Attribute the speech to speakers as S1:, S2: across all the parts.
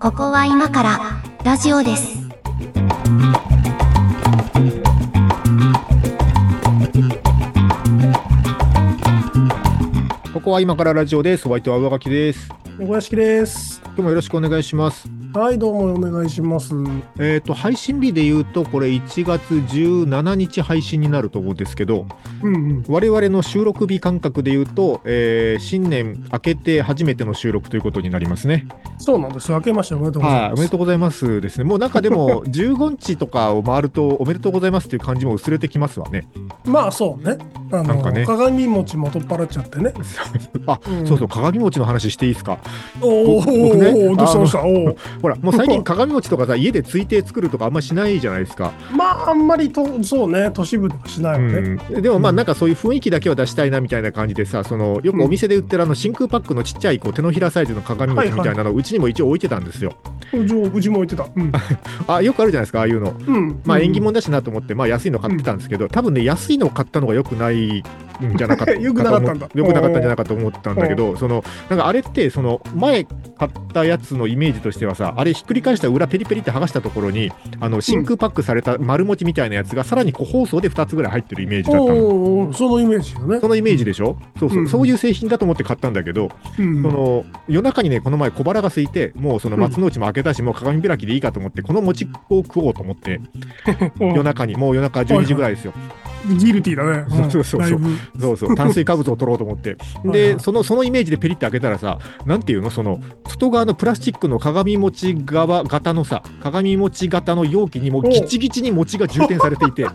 S1: ここは今からラジオです。
S2: ここは今からラジオです。お相手は上書きです。
S3: 小屋敷です。
S2: 今日もよろしくお願いします。
S3: はい、どうもお願いします。
S2: えっ、と、配信日で言うと、これ1月17日配信になると思うんですけど、
S3: うんうん。
S2: 我々の収録日感覚で言うと、えー新年明けて初めての収録ということになりますね。
S3: そうなんです。明けましておめでとうござい
S2: お
S3: ま。
S2: めですとうございますですね。もうなんかで も、15日とかを回ると、おめでとうございますっていう感じも薄れてきますわね。
S3: まあそうね。
S2: な
S3: あ
S2: んか
S3: の、
S2: ね
S3: 鏡餅も取っ払っちゃってね。
S2: あ、
S3: ん
S2: そうそう、鏡餅の話していいですか。
S3: おーお
S2: 僕
S3: ー
S2: 僕ね
S3: おーどうしましたおー
S2: ほら、もう最近鏡餅とかさ、家でついて作るとかあんましないじゃないですか。
S3: まああんまりとそうね、都市部とかしないよね。
S2: うん、でもまあなんかそういう雰囲気だけは出したいなみたいな感じでさそのよくお店で売ってるあの真空パックのちっちゃいこう手のひらサイズの鏡餅みたいなのうちにも一応置いてたんですよ。
S3: うちもうちも置いてた。 うん。
S2: あよくあるじゃないですかああいうの。
S3: うん。
S2: まあ縁起
S3: も。
S2: 物だしなと思ってまあ安いの買ってたんですけど多分ね安いのを買ったのが良くない。んじゃなか った
S3: 良くなかったんだ
S2: と思良くなかったんじゃないかと思ったんだけどそのなんかあれってその前買ったやつのイメージとしてはさあれひっくり返した裏ペリペリって剥がしたところにあの真空パックされた丸餅みたいなやつがさらに個包装で2つぐらい入ってるイメージ
S3: お
S2: だったの。
S3: ーおーそのイメージよね
S2: そ。のイメージでしょ、そうそう
S3: うん
S2: そういう製品だと思って買ったんだけど、
S3: うん
S2: その夜中にね、この前、小腹が空いて、もうその松の内も開けたし、もう鏡開きでいいかと思って、この餅を食おうと思って、
S3: お
S2: 夜
S3: ー
S2: 中に、もう夜中12時ぐらいですよ、
S3: ギルティーだね。ん
S2: そうそうそう
S3: だいぶ
S2: そうそう、炭水化物を取ろうと思って、
S3: はい
S2: で
S3: はい
S2: そのそのイメージでペリって開けたらさ、なんていうの、その外側のプラスチックの鏡餅側型のさ、鏡餅型の容器にもうギチギチに餅が充填されてい て。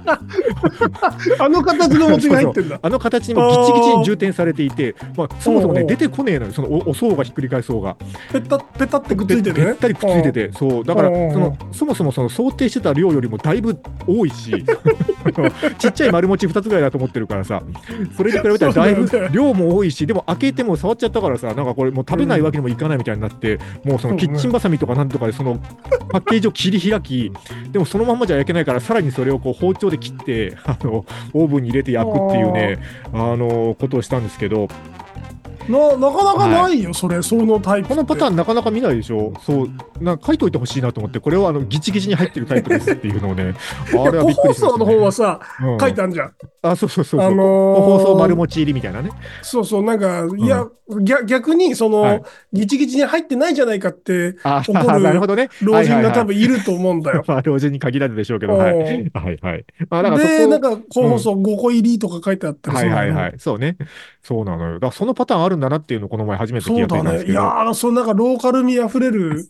S3: あの形の餅が入ってんだ。
S2: あの形にもギチギチに充填されていて、まあ、そもそもね、
S3: おうおう
S2: 出てこねえのよ、そのおお層がひっくり返そうが。
S3: ペタペタってくっついてるね。
S2: べったりくっついてて、そう、だから、
S3: うんうんう
S2: そ
S3: ん
S2: の、そもそもその想定してた量よりもだいぶ多い し。ちっちゃい丸餅二つぐらいだと思ってるからさ、それに比べたらだいぶ
S3: そうだよね
S2: 量も多いし、でも開けても触っちゃったからさ、なんかこれもう食べないわけにもいかないみたいになって。もうそのキッチンバサミとかなんとかで、そのパッケージを切り開き。でもそのまんまじゃ焼けないから、さらにそれをこう包丁で切って、あの、オーブンに入れて焼くっていうね、あの、ことをしたんですけど。
S3: ななかなかないよ、それ、そのタイプって。
S2: このパターンなかなか見ないでしょそうなんか書いといてほしいなと思ってこれはあのギチギチに入ってるタイプですっていうのをね
S3: いや
S2: あれはびっく
S3: 個包
S2: りしま
S3: 装
S2: した、
S3: の
S2: ね
S3: 方はさ、
S2: うん
S3: 書いてあるじゃん。
S2: あそうそうそうそう、
S3: あの
S2: 個包装丸
S3: も。
S2: 持ち入りみたいなね
S3: そうそう、なんか、いや、逆逆に、その、
S2: はい
S3: ギチギチに入ってないじゃないかって、
S2: あ
S3: 怒る
S2: なるほどね
S3: 老人が多
S2: 分
S3: 分いると思うんだよ。
S2: まあ老人に限らずでしょうけどはい
S3: お
S2: はい
S3: ー
S2: はいあ だから
S3: で、
S2: そ
S3: な
S2: こ
S3: んか、こうそう、5個入りとか書いてあったり。
S2: はいはいはいいそうねそうなのよだからそのパターンあるんだなっていうのをこの前初めて
S3: そ
S2: 気
S3: う
S2: がつい
S3: だ
S2: たんで
S3: ね
S2: す。
S3: い
S2: け
S3: や
S2: ど
S3: ー、そのなんか、ローカル味あふれる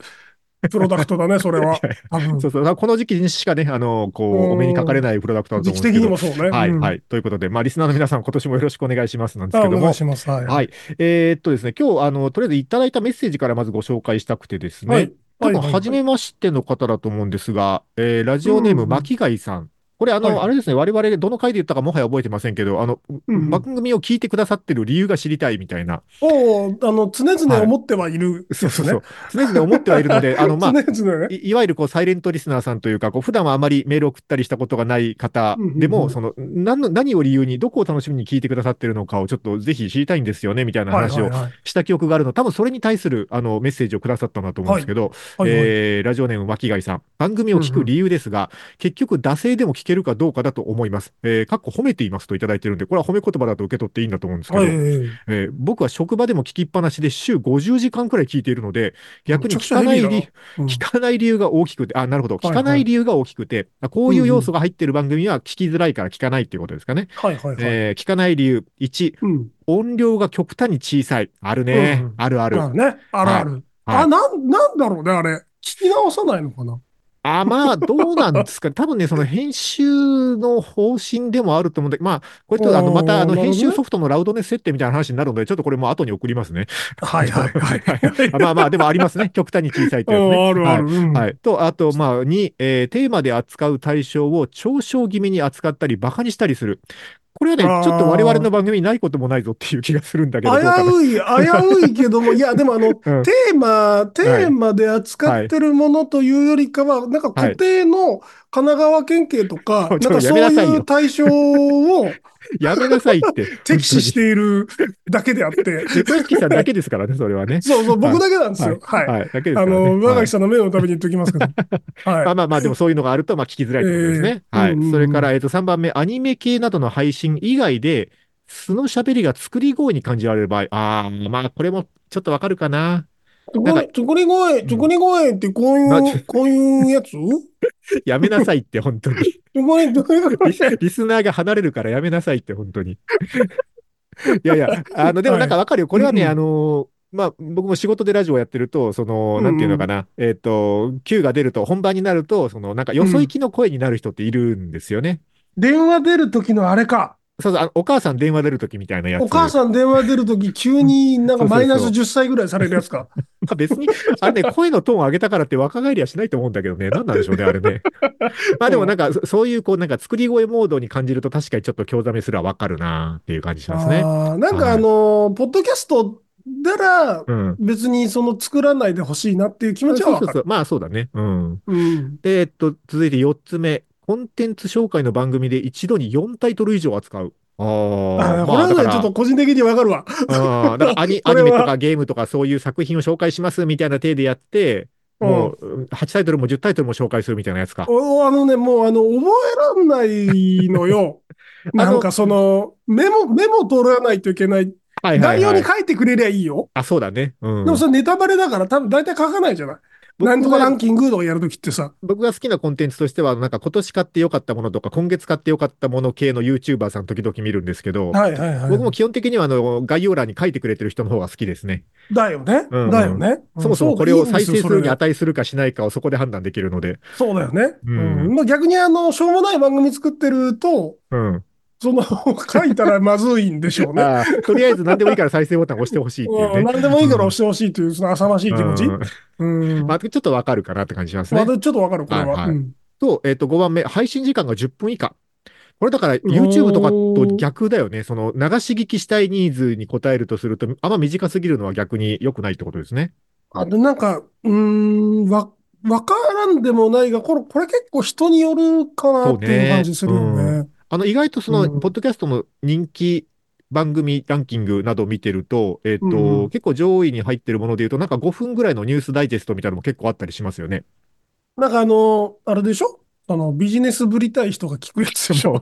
S3: プロダク トだね、それは。多分
S2: そうそうだからこの時期にしかねあのこ
S3: う
S2: うんお目にかかれないプロダクトだと
S3: 時
S2: 思う
S3: 期
S2: んです
S3: 的
S2: け
S3: に
S2: ど
S3: もそうね。
S2: はい
S3: うん
S2: はいということでまあリスナーの皆さん今年もよろしくお願いしますなんです
S3: あ
S2: け
S3: お
S2: ど
S3: 願
S2: も
S3: いします。はい。
S2: はい。えーっとですね、今日、あの、とりあえずいただいたメッセージからまずご紹介したくてですね、
S3: はい。
S2: 多分、
S3: はいはい
S2: 初めましての方だと思うんですが、えーラジオネーム、
S3: うん
S2: 巻貝さん。これ、あの、
S3: はい
S2: あれですね、我々、どの回で言ったかもはや覚えてませんけど、あの、
S3: うん
S2: 番組を聞いてくださってる理由が知りたいみたいな。
S3: おーあの、常々思ってはいる
S2: そう
S3: です
S2: そう
S3: ね
S2: そ。う。常々思ってはいるの で、あの、まあ、
S3: 常々ね。
S2: いいわゆるこうサイレントリスナーさんというか、こう普段はあまりメールを送ったりしたことがない方
S3: うんうんうん
S2: でも、その何の何を理由に、どこを楽しみに聞いてくださってるのかをちょっとぜひ知りたいんですよねみたいな話を
S3: はいはいはい
S2: した記憶があるの、多分それに対するあのメッセージをくださったんだと思うんですけど、
S3: はいはい
S2: えーラジオネーム巻貝さん、番組を聞く理由ですが、結局、惰性でも聞けるかどうかだと思います。えー、かっこ褒めていますといただいてるんで、これは褒め言葉だと受け取っていいんだと思うんですけど、
S3: はい。
S2: えー僕は職場でも聞きっぱなしで週50時間くらい聞いているので、逆に聞かない理由、
S3: うん
S2: 聞かない理由が大きくて、あ、なるほど。
S3: いは
S2: 聞
S3: い
S2: かない理由が大きくて、あこういう要素が入ってる番組は聞きづらいから聞かないっていうことですかね。
S3: はいはいはい。
S2: えー聞かない理由。1、
S3: うん。
S2: 音量が極端に小さい。あるね。
S3: うんうん
S2: あるあ
S3: あ
S2: る。
S3: るね。あるある。
S2: はい
S3: あ、なん、なんだろうね、あれ。聞き直さないのかな。
S2: あ、まあ、どうなんですか。多 分ね、その編集の方針でもあると思うんだけど、まあ、これちょっとあの、
S3: おー
S2: またあの、
S3: なるほど
S2: 編
S3: ね
S2: 集ソフトのラウドネス設定みたいな話になるので、ちょっとこれも後に送りますね。
S3: はいはい はい。
S2: あ まあまあ、でもあります ね。極端に小さいってやつね。
S3: あるある。うん
S2: はい。と、あと、まあ、2、えーテーマで扱う対象を嘲笑気味に扱ったり、バカにしたりする。これはね、
S3: あー
S2: ちょっと我々の番組にないこともないぞっていう気がするんだけ
S3: 危
S2: ど、どうかな。
S3: うい、危ういけども、いや、でもあの、テ
S2: うん
S3: ーマ、テーマで扱ってるものというよりかは、なんか固定の神奈川県警とか、
S2: はい
S3: なんかそう
S2: ちょっとやめなさい
S3: い
S2: よ
S3: う対象を、
S2: やめなさいって。
S3: 敵視しているだけで あって。
S2: 本当に。デコイさんだけですからね、それはね。
S3: そうそう、僕だけなんですよ。 はい。
S2: はい、だけですか
S3: あ
S2: らね。
S3: の、
S2: は
S3: 若
S2: い
S3: 木さんの名誉のために言ってお きますけど。はい。
S2: まあまあまあ、でもそういうのがあると、まあ聞きづらいってことですね。
S3: えー
S2: はい。
S3: うんうんうん
S2: それから、えっと、3番目、アニメ系などの配信以外で、素の喋りが作り声に感じられる場合。ああ、まあ、これもちょっとわかるかな。
S3: と
S2: なんか
S3: こり、とこり声、とこり声ってこう
S2: ないち
S3: う、こういうやつ
S2: やめなさいって、本当 に。
S3: とこり、とこり
S2: リ
S3: 声。
S2: スリスナーが離れるからやめなさいって、本当に。い やいや、あの、でもなんかわかるよ。これはね、
S3: うんうん
S2: あの、まあ、僕も仕事でラジオやってると、その、なんていうのかな、えっ、と、Q が出ると、本番になると、その、なんか、よそ行きの声になる人っているんですよね。
S3: 電話出る時のあれか。
S2: そうそうあの、お母さん電話出るときみたいなやつ。
S3: お母さん電話出る時急にな
S2: そ
S3: んか
S2: うそうそう
S3: マイナス10歳ぐらいされるや つか。
S2: まあ別に、あ れね、声のトーンを上げたからって若返りはしないと思うんだけどね、なんなんでしょうね、あれね。まあでもなんか、そそういう、こう、なんか作り声モードに感じると、確かにちょっと興ざめすらわかるなっていう感じしますね。
S3: あーなんかあのー、ポッドキャストなら
S2: うん。
S3: 別にその作らないでほしいなっていう気持ちは
S2: そう
S3: わ
S2: そう
S3: か
S2: そ
S3: る。
S2: う。まあそうだね。うん。
S3: うん。
S2: で、えっと、続いて4つ目。コンテンツ紹介の番組で一度に4タイトル以上扱う。あ
S3: あ
S2: あ、
S3: ーこれはね
S2: だか、ら
S3: ちょっと個人的にわかるわ。
S2: ああ、だからアニ
S3: こ
S2: ア
S3: れ
S2: ニ
S3: は
S2: メとかゲームとかそういう作品を紹介しますみたいな体でやって、もう8タイトルも10タイトルも紹介するみたいなやつか。
S3: おあのね、もうあの、覚えらんないの よ。
S2: の
S3: なんかその、メモ、メモ取らないといけない。
S2: はいは
S3: 内
S2: い
S3: 容
S2: は
S3: に
S2: い。
S3: 書いてくれりゃいいよ。
S2: あ、そうだね。うん。
S3: でもそれネタバレだから多分大体書かないじゃない。
S2: 僕
S3: なんとか
S2: が
S3: ランキングとかやるときってさ。
S2: 僕が好きなコンテンツとしては、なんか今年買ってよかったものとか、今月買ってよかったもの系の YouTuber さん時々見るんですけど、
S3: はいはいはい。
S2: 僕も基本的にはあの概要欄に書いてくれてる人の方が好きですね。
S3: だよね。
S2: うん
S3: だよね。
S2: そもそもこれを再生するに
S3: あた
S2: 値するかしないかをそこで判断できるので。
S3: そうだよね。
S2: うん
S3: うんまあ逆にあの、しょうもない番組作ってると、
S2: うん。
S3: その、書いたらまずいんでしょうね。
S2: あーとりあえず何でもいいから再生ボタン押してほしい っていう
S3: うん
S2: ね。
S3: 何でもいいから押してほしいという、その浅ましい気持ち。
S2: うん
S3: うん。
S2: ま
S3: ま
S2: あ、ちょっとわかるかなって感じしますね。
S3: だちょっとわかる、これ
S2: はい
S3: は。
S2: はい
S3: うん
S2: と、えっ、と、5番目、配信時間が10分以下。これだから YouTube とかと逆だよね。その流し聞きしたいニーズに応えるとすると、あんま短すぎるのは逆に良くないってことですね。
S3: あでなんか、うーん、わ、わからんでもないが、これ、これ結構人によるかなっていう感じするよ
S2: そうね
S3: ね。
S2: あの、意外とその、
S3: うん
S2: ポッドキャストの人気番組ランキングなどを見てると、えっ、と、
S3: うんうん
S2: 結構上位に入ってるもので言うと、なんか5分ぐらいのニュースダイジェストみたいなのも結構あったりしますよね。
S3: なんかあの、あれでしょあの、ビジネスぶりたい人が聞くやつでしょ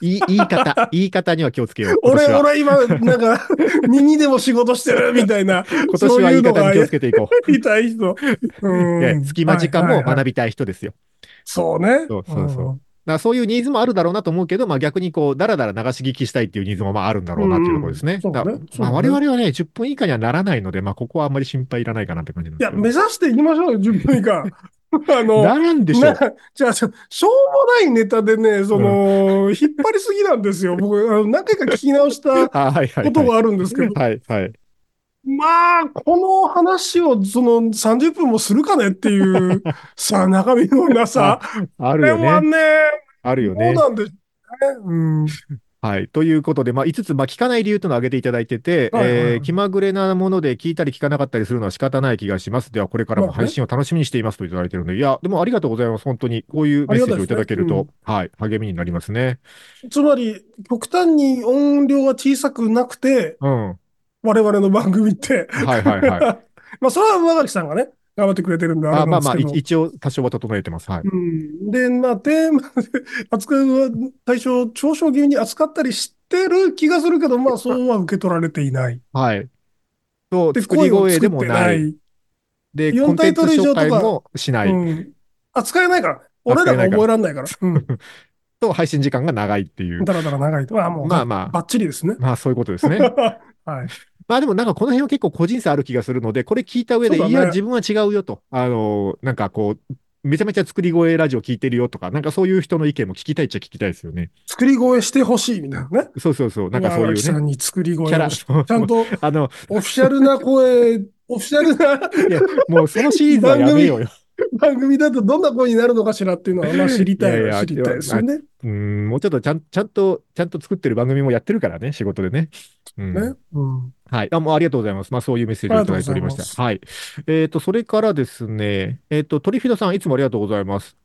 S2: 言い言い方、言い方には気をつけよう。 今
S3: 俺、
S2: 年は
S3: 俺今、なんか、 耳でも仕事してるみたいな、
S2: 今
S3: そ
S2: 年は言
S3: ういう
S2: い
S3: の
S2: 方
S3: が
S2: に気をつけていこう。
S3: 痛い人。 う
S2: で
S3: ん。
S2: 隙間時間
S3: は
S2: も
S3: いはいはい
S2: 学びたい人ですよ。
S3: そうね。
S2: そうそうそうだからそういうニーズもあるだろうなと思うけど、まあ逆にこう、だらだら流し聞きしたいっていうニーズもまああるんだろうなっていうところですね。
S3: うんうん
S2: だから
S3: そうね
S2: まあ
S3: そうね
S2: 我々はね、10分以下にはならないので、まあここはあんまり心配いらないかなって感じなん
S3: い
S2: です
S3: や、
S2: け
S3: 目
S2: ど。
S3: 指していきましょうよ、10分 以下。あの、
S2: ならんでしょ
S3: な
S2: う。
S3: じゃあ、しょしょうもないネタでね、その、引っ張りすぎなんですよ。僕、あの何回か聞き直したこ
S2: あはいはい
S3: と
S2: は
S3: があるんですけど
S2: い。、はいはい。
S3: まあ、この話をその30分もするかねって いう、さ、中身のなさ、
S2: あ
S3: こ
S2: る
S3: れ
S2: よ
S3: は
S2: ね。
S3: ね、
S2: ある
S3: ど
S2: よ
S3: う
S2: ね。
S3: なんでしょうね。うん。
S2: はい。ということで、まあ、5つ、まあ、聞かない理由というのを挙げていただいてて、
S3: はいはいはい
S2: えー気まぐれなもので聞いたり聞かなかったりするのは仕方ない気がします。では、これからも配信を楽しみにしていますといただいてるので、いや、でもありがとうございます。本当に、こういうメッセージをいただける
S3: あ
S2: と、
S3: り
S2: はい、励みになりますね。
S3: つまり、極端に音量が小さくなくて、
S2: うん。は
S3: 我々の番組って。
S2: いはいはい。
S3: まあ、それは上垣さんがね、頑張ってくれてるんで、あ
S2: あ
S3: れ
S2: まあ
S3: なんです
S2: まあ、
S3: け
S2: い
S3: ど。
S2: 一応、多少は整えてます。はい。
S3: うん、で、まあ、テーマで扱う対象、嘲笑気味に扱ったりしてる気がするけど、まあ、そうは受け取られていない。
S2: はい。と、
S3: で、
S2: 作り
S3: 声を
S2: 声
S3: 作
S2: で
S3: っ
S2: も
S3: て
S2: な。
S3: ないい。
S2: で、
S3: 四
S2: コンテンツ
S3: タイトル以上
S2: 紹
S3: とか
S2: 介もしない。
S3: うん。扱えないからね。俺らが覚えらんないから。うん。
S2: と、配信時間が長いっていう。
S3: だらだら長いと。まあ、もう、
S2: まあまあ、
S3: バッチリですね。
S2: まあそういうことです ね。
S3: はい。
S2: まあでもなんかこの辺は結構個人差ある気がするので、これ聞いた上で、
S3: そうだ
S2: い
S3: ね
S2: や、自分は違うよと。あの、なんかこう、めちゃめちゃ作り声ラジオ聞いてるよとか、なんかそういう人の意見も聞きたいっちゃ聞きたいですよね。
S3: 作り声してほしいみたいなね。
S2: そうそうそう。なんかそうい
S3: 上垣さ
S2: うね。
S3: んに作り声を
S2: キャラ、
S3: ちゃんと
S2: あの、
S3: オフィシャルな 声、オフィシャルない
S2: や、もうそのシリーズはやめようよ。
S3: 番組だとどんな声になるのかしらっていうのは、まあ知りたい
S2: いやい
S3: は
S2: や
S3: 知りたいですよね。
S2: うん、もうちょっとちゃん、ちゃんと、ちゃんと作ってる番組もやってるからね、仕事でね。うん。
S3: ね。うん。
S2: はい。あ、もうありがとうございます。まあ、そういうメッセージをいただいておりました。
S3: ありがとうございます
S2: はい。えっ、と、それからですね、えっ、と、トリフィドさん、いつもありがとうございます。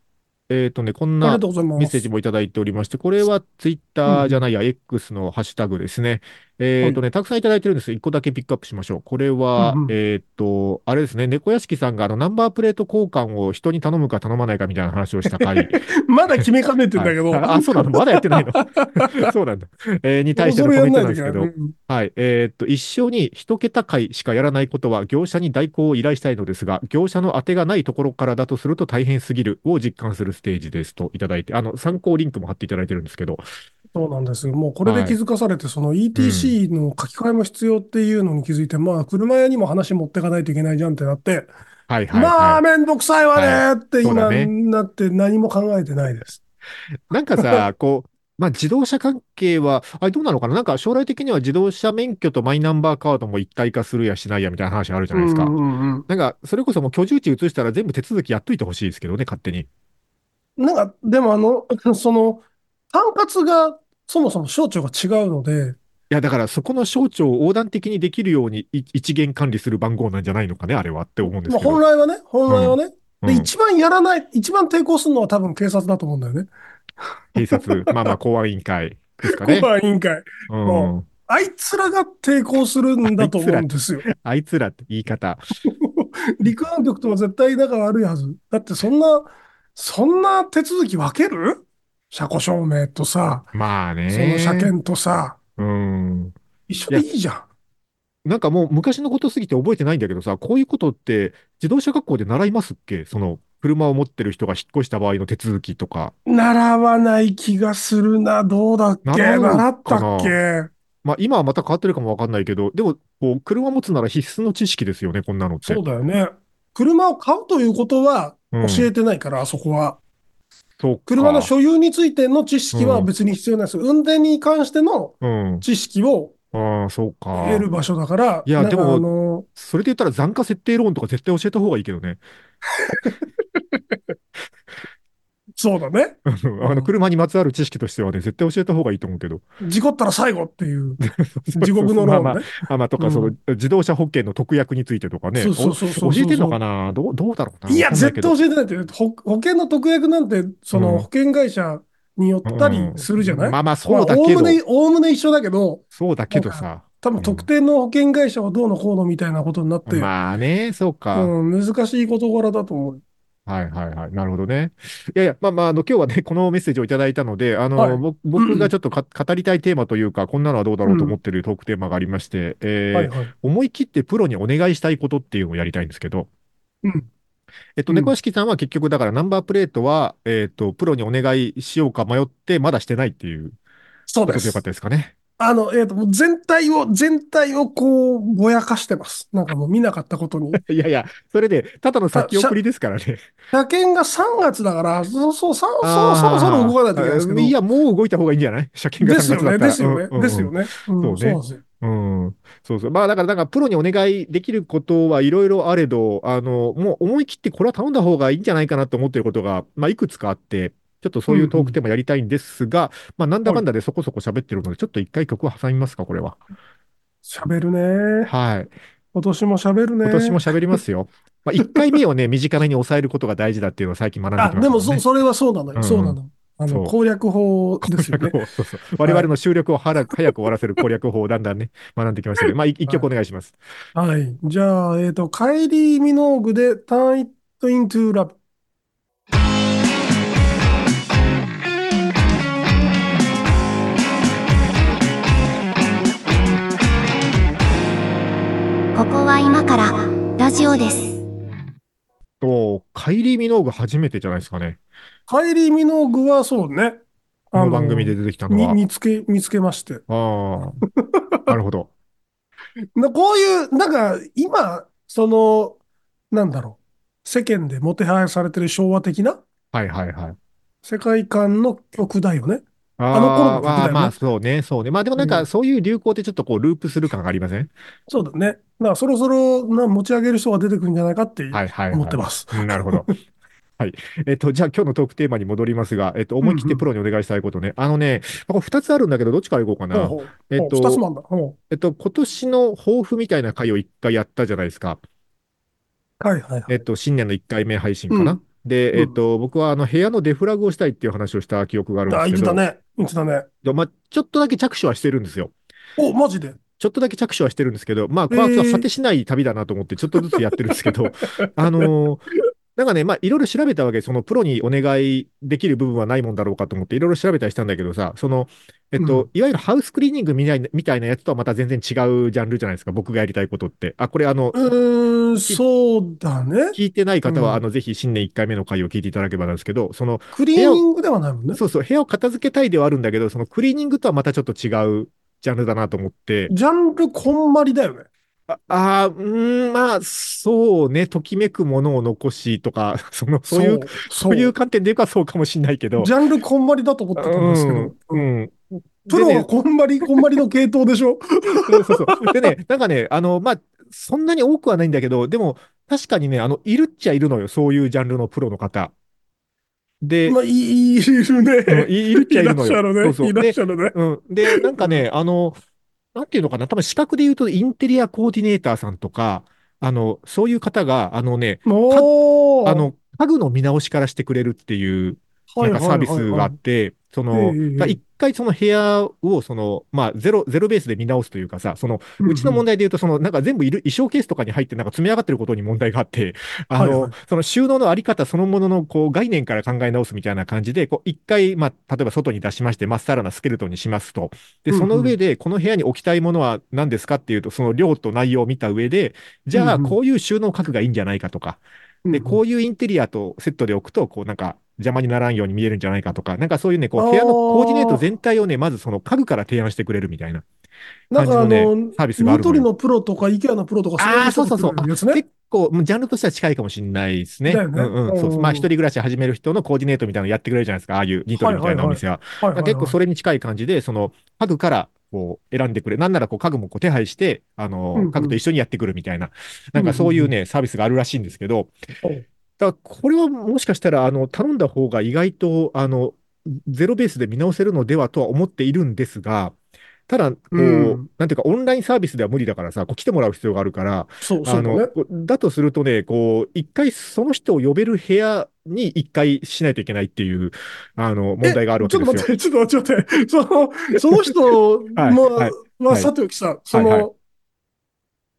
S2: えっ、とね、こん
S3: あり
S2: な
S3: がとうございます。
S2: メッセージもいただいておりまして、これはツイッターじゃないや、X のハッシュタグですね。えっ、とね、たくさんいただいてるんです。一個だけピックアップしましょう。これは、
S3: うんうん
S2: えっ、と、あれですね、猫屋敷さんがあのナンバープレート交換を人に頼むか頼まないかみたいな話をした回。
S3: まだ決めかねてんだけど。
S2: はいあ、そうなのまだやってない の そうなんだ。えーに対しての
S3: それ
S2: コメン
S3: やん
S2: ト
S3: ない
S2: なん
S3: と
S2: で
S3: い
S2: すけ
S3: けない。
S2: ど、
S3: うん
S2: はい。えーっと、一生に一桁回しかやらないことは業者に代行を依頼したいのですが、業者の当てがないところからだとすると大変すぎるを実感するステージですといただいて、あの、参考リンクも貼っていただいてるんですけど、
S3: そうなんですよ。もうこれで
S2: はい
S3: 気づかされて、その ETC の書き換えも必要っていうのに気づいて、まあ、車屋にも話持ってかないといけないじゃんってなって、
S2: はいはい、
S3: ま
S2: は
S3: あ、めんどくさいわねーって
S2: いそう
S3: 今
S2: だね
S3: になって何も考えてないです。
S2: い。なんかさ、こう、まあ、自動車関係は、あれどうなのかななんか将来的には自動車免許とマイナンバーカードも一体化するやしないやみたいな話あるじゃないですか。
S3: うんうんうん
S2: なんか、それこそもう居住地移したら全部手続きやっといてほしいですけどね、勝手に。
S3: なんか、でもあの、 その、管轄がそもそも省庁が違うので、
S2: いや、だからそこの省庁を横断的にできるようにい一元管理する番号なんじゃないのかね、あれはって思うんです
S3: まあ、
S2: けど。
S3: 本来はね、本来はね、
S2: う
S3: で、
S2: ん
S3: 一番やらない、一番抵抗するのは多分警察だと思うんだよね。
S2: 警察、まあまあ公安委員会ですか
S3: 公
S2: ね。
S3: 安委員会。
S2: うん
S3: あいつらが抵抗するんだと思うんですよ。
S2: あいつらって言い方。
S3: 陸安局とは絶対仲悪いはず。だってそんな、そんな手続き分ける車庫証明とさ、
S2: まあね。
S3: その車検とさ、
S2: うん。
S3: 一緒でいいじゃん。
S2: なんかもう昔のことすぎて覚えてないんだけどさ、こういうことって自動車学校で習いますっけその車を持ってる人が引っ越した場合の手続きとか。
S3: 習わない気がするな。どうだっけ
S2: 習うのかな
S3: 習ったっけ
S2: まあ今はまた変わってるかもわかんないけど、でもこう車持つなら必須の知識ですよね、こんなのって。
S3: そうだよね。車を買うということは
S2: うん
S3: 教えてないから、あそこは。
S2: そうか
S3: 車の所有についての知識は別に必要ないです。運転に関しての
S2: うん。
S3: 知識を
S2: ああ、そうか。
S3: 得る場所だから、
S2: いや
S3: なんか
S2: でも
S3: あの、
S2: それで言ったら残価設定ローンとか絶対教えた方がいいけどね。
S3: そうだね。
S2: あのあの車にまつわる知識としてはね、絶対教えた方がいいと思うけど。
S3: 事故ったら最後っていう、 地獄のローンね。
S2: まあまあ、まあとか、その、自動車保険の特約についてとかね。
S3: そうそうそうそうそう
S2: お教えてんのかなどう、どうだろうな。
S3: いや、
S2: わかんな
S3: 絶
S2: け
S3: 対
S2: ど
S3: 教えてないって、ほ保険の特約なんて、そうの
S2: ん
S3: 保険会社によったりするじゃない、
S2: うん
S3: ま
S2: ま
S3: あ、
S2: あまあ、そうだけ
S3: おお
S2: ど
S3: む、ね、おおむね一緒だけど、
S2: そうだけどさ。
S3: 多分特定の保険会社はどうのこうのみたいなことになって、
S2: まあね、そうか。
S3: うん、難しい事柄だと思う。
S2: はいはいはい。なるほどね。いやいや、まあまあ、あの、今日はね、このメッセージをいただいたので、あ
S3: はい
S2: の、ぼ僕がちょっとか語りたいテーマというか、こんなのはどうだろうと思ってるトークテーマがありまして、えー
S3: はいはい。
S2: 思い切ってプロにお願いしたいことっていうのをやりたいんですけど、
S3: うん
S2: えっと、
S3: うん
S2: 猫屋敷さんは結局だからナンバープレートは、えっと、プロにお願いしようか迷って、まだしてないっていう
S3: そう
S2: こ
S3: で
S2: とでよかっ。
S3: す
S2: たですかね。
S3: あの、えっ、と、もう全体を、全体をこう、ぼやかしてます。なんかもう見なかった ことに。
S2: いやいや、それで、ただの先送りですからね。
S3: 車検が3月だから、そうそう、さそ
S2: あ
S3: ろ
S2: ー
S3: そろそろ動かないといけないですけど。
S2: いや、もう動いた方がいいんじゃない車検が
S3: ですよ
S2: 3月だ
S3: ね、
S2: った
S3: で
S2: ら
S3: すよね、
S2: うんうん
S3: ですよね。うん
S2: そうね
S3: そうなんですよ。
S2: うん。そうそう。まあだから、だからプロにお願いできることはいろいろあれど、あの、もう思い切ってこれは頼んだ方がいいんじゃないかなと思ってることが、まあいくつかあって、ちょっとそういうトークテーマやりたいんですが、まあなんだかんだでそこそこ喋ってるので、ちょっと一回曲を挟みますか、これは。
S3: 喋るね。
S2: はい。
S3: 今年も喋るね。
S2: 今年も喋りますよ。まあ一回目 をね、短めに抑えることが大事だっていうのを最近学んできま
S3: あ、
S2: した
S3: でも
S2: ね
S3: そ、それはそうなの
S2: うんう
S3: よ。
S2: ん
S3: そうなの。あ
S2: そ
S3: の、
S2: う
S3: 攻略法ですよね。
S2: 攻略法 そうそう。我々の収録を 早く早く終わらせる攻略法をだんだんね、学んできましたけど、まあい一曲お願いします。
S3: はい。じゃあ、えっ、と、カイリー・ミノーグで、ターン・イット・イントゥ・ラブ。
S1: ここは今からラジオです。
S2: と、カイリー・ミノーグ初めてじゃないですかね。
S3: カイリー・ミノーグはそうね。
S2: こ
S3: あ
S2: の番組で出てきたの
S3: み
S2: は。
S3: 見つけ、見つけまして。
S2: あ あ、なるほど。
S3: なこういう、なんか、今、その、なんだろう。世間でもてはやされてる昭和的な
S2: はいはいはい。
S3: 世界観の曲だよね。
S2: あ
S3: あの頃の曲だよね
S2: まあまあ、そうね、そうね。まあでもなん
S3: う
S2: か、
S3: ん
S2: そういう流行ってちょっとこう、ループする感がありません
S3: そうだね。だからそろそろな持ち上げる人が出てくるんじゃないかって
S2: はいはいはい。
S3: 思ってます。
S2: うんなるほ ど。はい。えっと、じゃあ今日のトークテーマに戻りますが、えっと、思い切ってプロにお願いしたいことね。あのね、これ2つあるんだけど、どっちからいこうかな。
S3: ほうほう
S2: えっ
S3: ほう二つもあ
S2: と、
S3: んだ。ほ
S2: えっと、今年の抱負みたいな回を1回やったじゃないですか。
S3: うはいはいはい。
S2: えっと、新年の1回目配信かな。で、
S3: うん
S2: えっと、僕はあの部屋のデフラグをしたいっていう話をした記憶があるんです
S3: あ、言っ
S2: け
S3: て
S2: ど、
S3: たね。言ってたね。
S2: でまあ、ちょっとだけ着手はしてるんですよ。
S3: お、マジで。
S2: ちょっとだけ着手はしてるんですけど、まあ、こ
S3: えー
S2: れは果てしない旅だなと思って、ちょっとずつやってるんですけ ど、あのーなんかね、まあ、いろいろ調べたわけ、そのプロにお願いできる部分はないもんだろうかと思って、いろいろ調べたりしたんだけどさ、その、えっと、
S3: うん
S2: いわゆるハウスクリーニングみたいなみたいなやつとはまた全然違うジャンルじゃないですか、僕がやりたいことって。あ、これ、あの、
S3: うーん、そうだね。
S2: 聞いてない方は、
S3: うん
S2: あの、ぜひ新年1回目の回を聞いていただければなんですけど、その、
S3: クリーニングではないもんね。
S2: そうそう、部屋を片付けたいではあるんだけど、そのクリーニングとはまたちょっと違うジャンルだなと思って、
S3: ジャンルこんまりだよね。
S2: ああー、うーん、まあ、そうね、ときめくものを残しとか、 その、そういう、
S3: そ、
S2: そうういう観点で言うかそうかもしんないけど。
S3: ジャンルこんまりだと思ってたんですけど。
S2: うん、うん。
S3: プロ
S2: で
S3: は
S2: ね、
S3: こんまり、こんまりの系統でしょ。
S2: そうそうそう。でね、なんかね、あの、まあ、そんなに多くはないんだけど、でも、確かにね、あの、いるっちゃいるのよ、そういうジャンルのプロの方。で、
S3: まあ、いいる
S2: うん
S3: ね。
S2: いいるっ ちゃいるのよ。
S3: いらっしゃ
S2: そう
S3: るね。
S2: そ
S3: いうらっ
S2: で
S3: しゃるね。
S2: うん。で、なんかね、あの、なんていうのかな、多分資格で言うと、インテリアコーディネーターさんとか、あの、そういう方が、あのね、
S3: おー
S2: あ、の、家具の見直しからしてくれるっていう、
S3: は
S2: ないんかサービスがあ
S3: は
S2: って、そ
S3: ええ
S2: の、
S3: ええ
S2: だから一回その部屋を、その、まあ、ゼロ、ゼロベースで見直すというかさ、その、
S3: いはいう
S2: ちの問題
S3: 題、
S2: で言うと、その、なんか全部いる衣装ケースとかに入って、なんか積み上がってることに問題があって、あ
S3: はいは
S2: の
S3: い、
S2: その収納のあり方そのものの、こう、概念から考え直すみたいな感じで、こう、一回、まあ、例えば外に出しまして、まっさらなスケルトンにしますと。で、
S3: うんうん
S2: その上で、この部屋に置きたいものは何ですかっていうと、その量と内容を見た上で、じゃ
S3: う
S2: あ、
S3: んうん
S2: こういう収納家具がいいんじゃないかとか、で、こういうインテリアとセットで置くと、こうなんか邪魔にならんように見えるんじゃないかとか、なんかそういうね、こ
S3: あー
S2: う部屋のコーディネート全体をね、まずその家具から提案してくれるみたいな。
S3: うん、なんかあ
S2: 感じ
S3: の、
S2: サービスがあ
S3: ニ
S2: る
S3: ト
S2: の
S3: リ
S2: よ。
S3: のプロとか、イケアのプロとか、
S2: あー
S3: そういう人が来るやつね。
S2: 結構、もうジャンルとしては近いかもしれないですね。
S3: だよね
S2: うんうん。そう
S3: うん
S2: まあ一人暮らし始める人のコーディネートみたいなのやってくれるじゃないですか。ああいうニトリみたいなお店は。
S3: はいはいはい
S2: 結構それに近い感じで、その家具からこう選んでくれ、なんならこう家具もこう手配して、あの、
S3: うんうん
S2: 家具と一緒にやってくるみたいな、なんかそういうね、サービスがあるらしいんですけど
S3: お、
S2: だからこれはもしかしたら、あの、頼んだ方が意外と、あの、ゼロベースで見直せるのではとは思っているんですが、ただ、こう、
S3: うん
S2: なんていうか、オンラインサービスでは無理だからさ、こう来てもらう必要があるから、
S3: そう、そ
S2: あ
S3: うだ
S2: の
S3: ね。
S2: こうだとするとね、こう、一回その人を呼べる部屋に一回しないといけないっていう、あの、問題があるわ
S3: ち
S2: け
S3: ょっ
S2: で
S3: と
S2: すよ
S3: 待。って、ちょっと待って、ちょっと待って。その、その人
S2: はい
S3: まあ
S2: はい
S3: まあ、
S2: はい
S3: さておきさ、その、
S2: はいは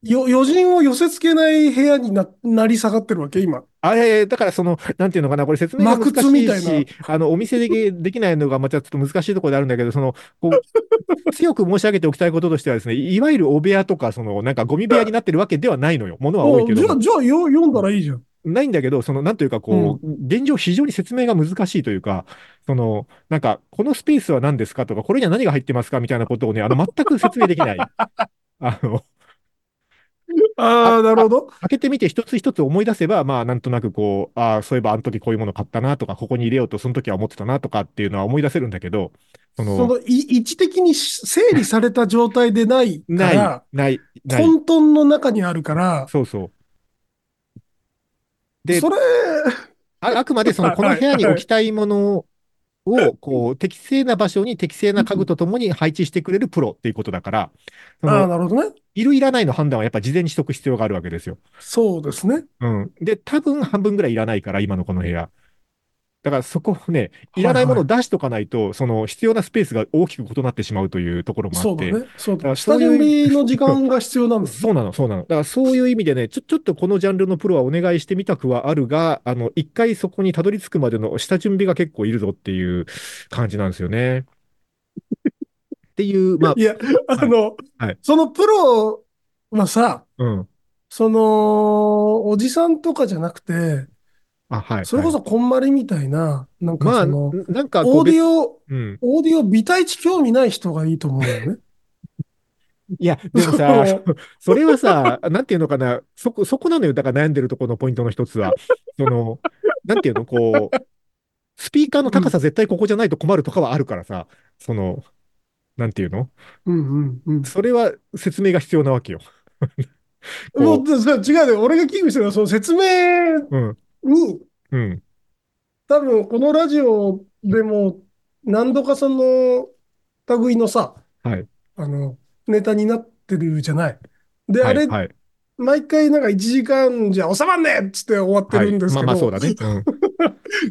S3: よ、余人を寄せ付けない部屋にな、なり下がってるわけ、今。
S2: あれ、だからその、なんていうのかな、これ説明が難
S3: マクツ
S2: し
S3: み
S2: い
S3: たいな
S2: し、あの、お店でできないのがまたちょっと難しいところであるんだけど、その、こう、 強く申し上げておきたいこととしてはですね、いわゆるお部屋とか、その、なんかゴミ部屋になってるわけではないのよ。物は多いけ
S3: おじゃ
S2: ど
S3: あ、。じゃあ、よ、読んだらいいじゃん。
S2: ないんだけど、その、なんというか、こう、現状非常に説明が難しいというか、その、なんか、このスペースは何ですかとか、これには何が入ってますかみたいなことをね、あの、全く説明でき ない。あの、
S3: ああ、なるほど。
S2: 開けてみて一つ一つ思い出せば、まあ、なんとなくこう、ああ、そういえばあの時こういうもの買ったなとか、ここに入れようとその時は思ってたなとかっていうのは思い出せるんだけど、その、
S3: その、い、位置的にし整理された状態でないか
S2: ない
S3: ら、、
S2: ない、ない。
S3: 混沌の中にあるから、
S2: そうそう。で
S3: それ、
S2: ああくまでそ
S3: は
S2: の、
S3: い
S2: この部屋に置きたいものを、こう、適正な場所に適正な家具とともに配置してくれるプロっていうことだから、そ
S3: ああ、
S2: の、
S3: なるほどね。
S2: いるいらないの判断はやっぱ事前にしとく必要があるわけですよ。
S3: そうですね。
S2: うん。で、多分半分ぐらいいらないから、今のこの部屋。だからそこをね、いらないものを出しとかないと、その必要なスペースが大きく異なってしまうというところもあ
S3: そう
S2: っ
S3: だ
S2: て。
S3: ね。そうだ
S2: だか
S3: ね。
S2: ら
S3: 下
S2: そう
S3: 準
S2: いう
S3: 備の時間が必要なんです。
S2: そうなの、そうなの。だからそういう意味でね、ちょ、ちょっとこのジャンルのプロはお願いしてみたくはあるが、あの、一回そこにたどり着くまでの下準備が結構いるぞっていう感じなんですよね。っていう、まあ
S3: い、や、あの
S2: はい、
S3: そのプロはさ、
S2: うん。
S3: その、おじさんとかじゃなくて、
S2: あ、はい。
S3: それこそこんまりみたいな、なんか
S2: はい、
S3: そ
S2: ま
S3: の、
S2: あ、なんかこ
S3: オ
S2: う
S3: ーデ
S2: 別、
S3: ィオ、
S2: うん。
S3: オーディオ美体値興味ない人がいいと思うんだよね。
S2: いや、 でも さ、それはさ、 なんていうのかな、そこ、そこなのよ。だから悩んでるところのポイントの一つは。その、なんていうの、こう、スピーカーの高さ絶対ここじゃないと困るとかはあるからさ、その、なんていうの
S3: うんうんうん。
S2: それは説明が必要なわけよ。
S3: も
S2: こ
S3: う、それ違うよ。俺が危惧してるのは、その説明
S2: う、うん、
S3: に、
S2: うん、
S3: 多分このラジオでも何度かその類のさ、
S2: はい
S3: あの、ネタになってるじゃない。で、
S2: はい
S3: あれ、
S2: はい、
S3: 毎回なんか1時間じゃ収まんねえっつって終わって
S2: はい
S3: るんです
S2: まあ
S3: け
S2: まあ
S3: ど、
S2: そうだね。うん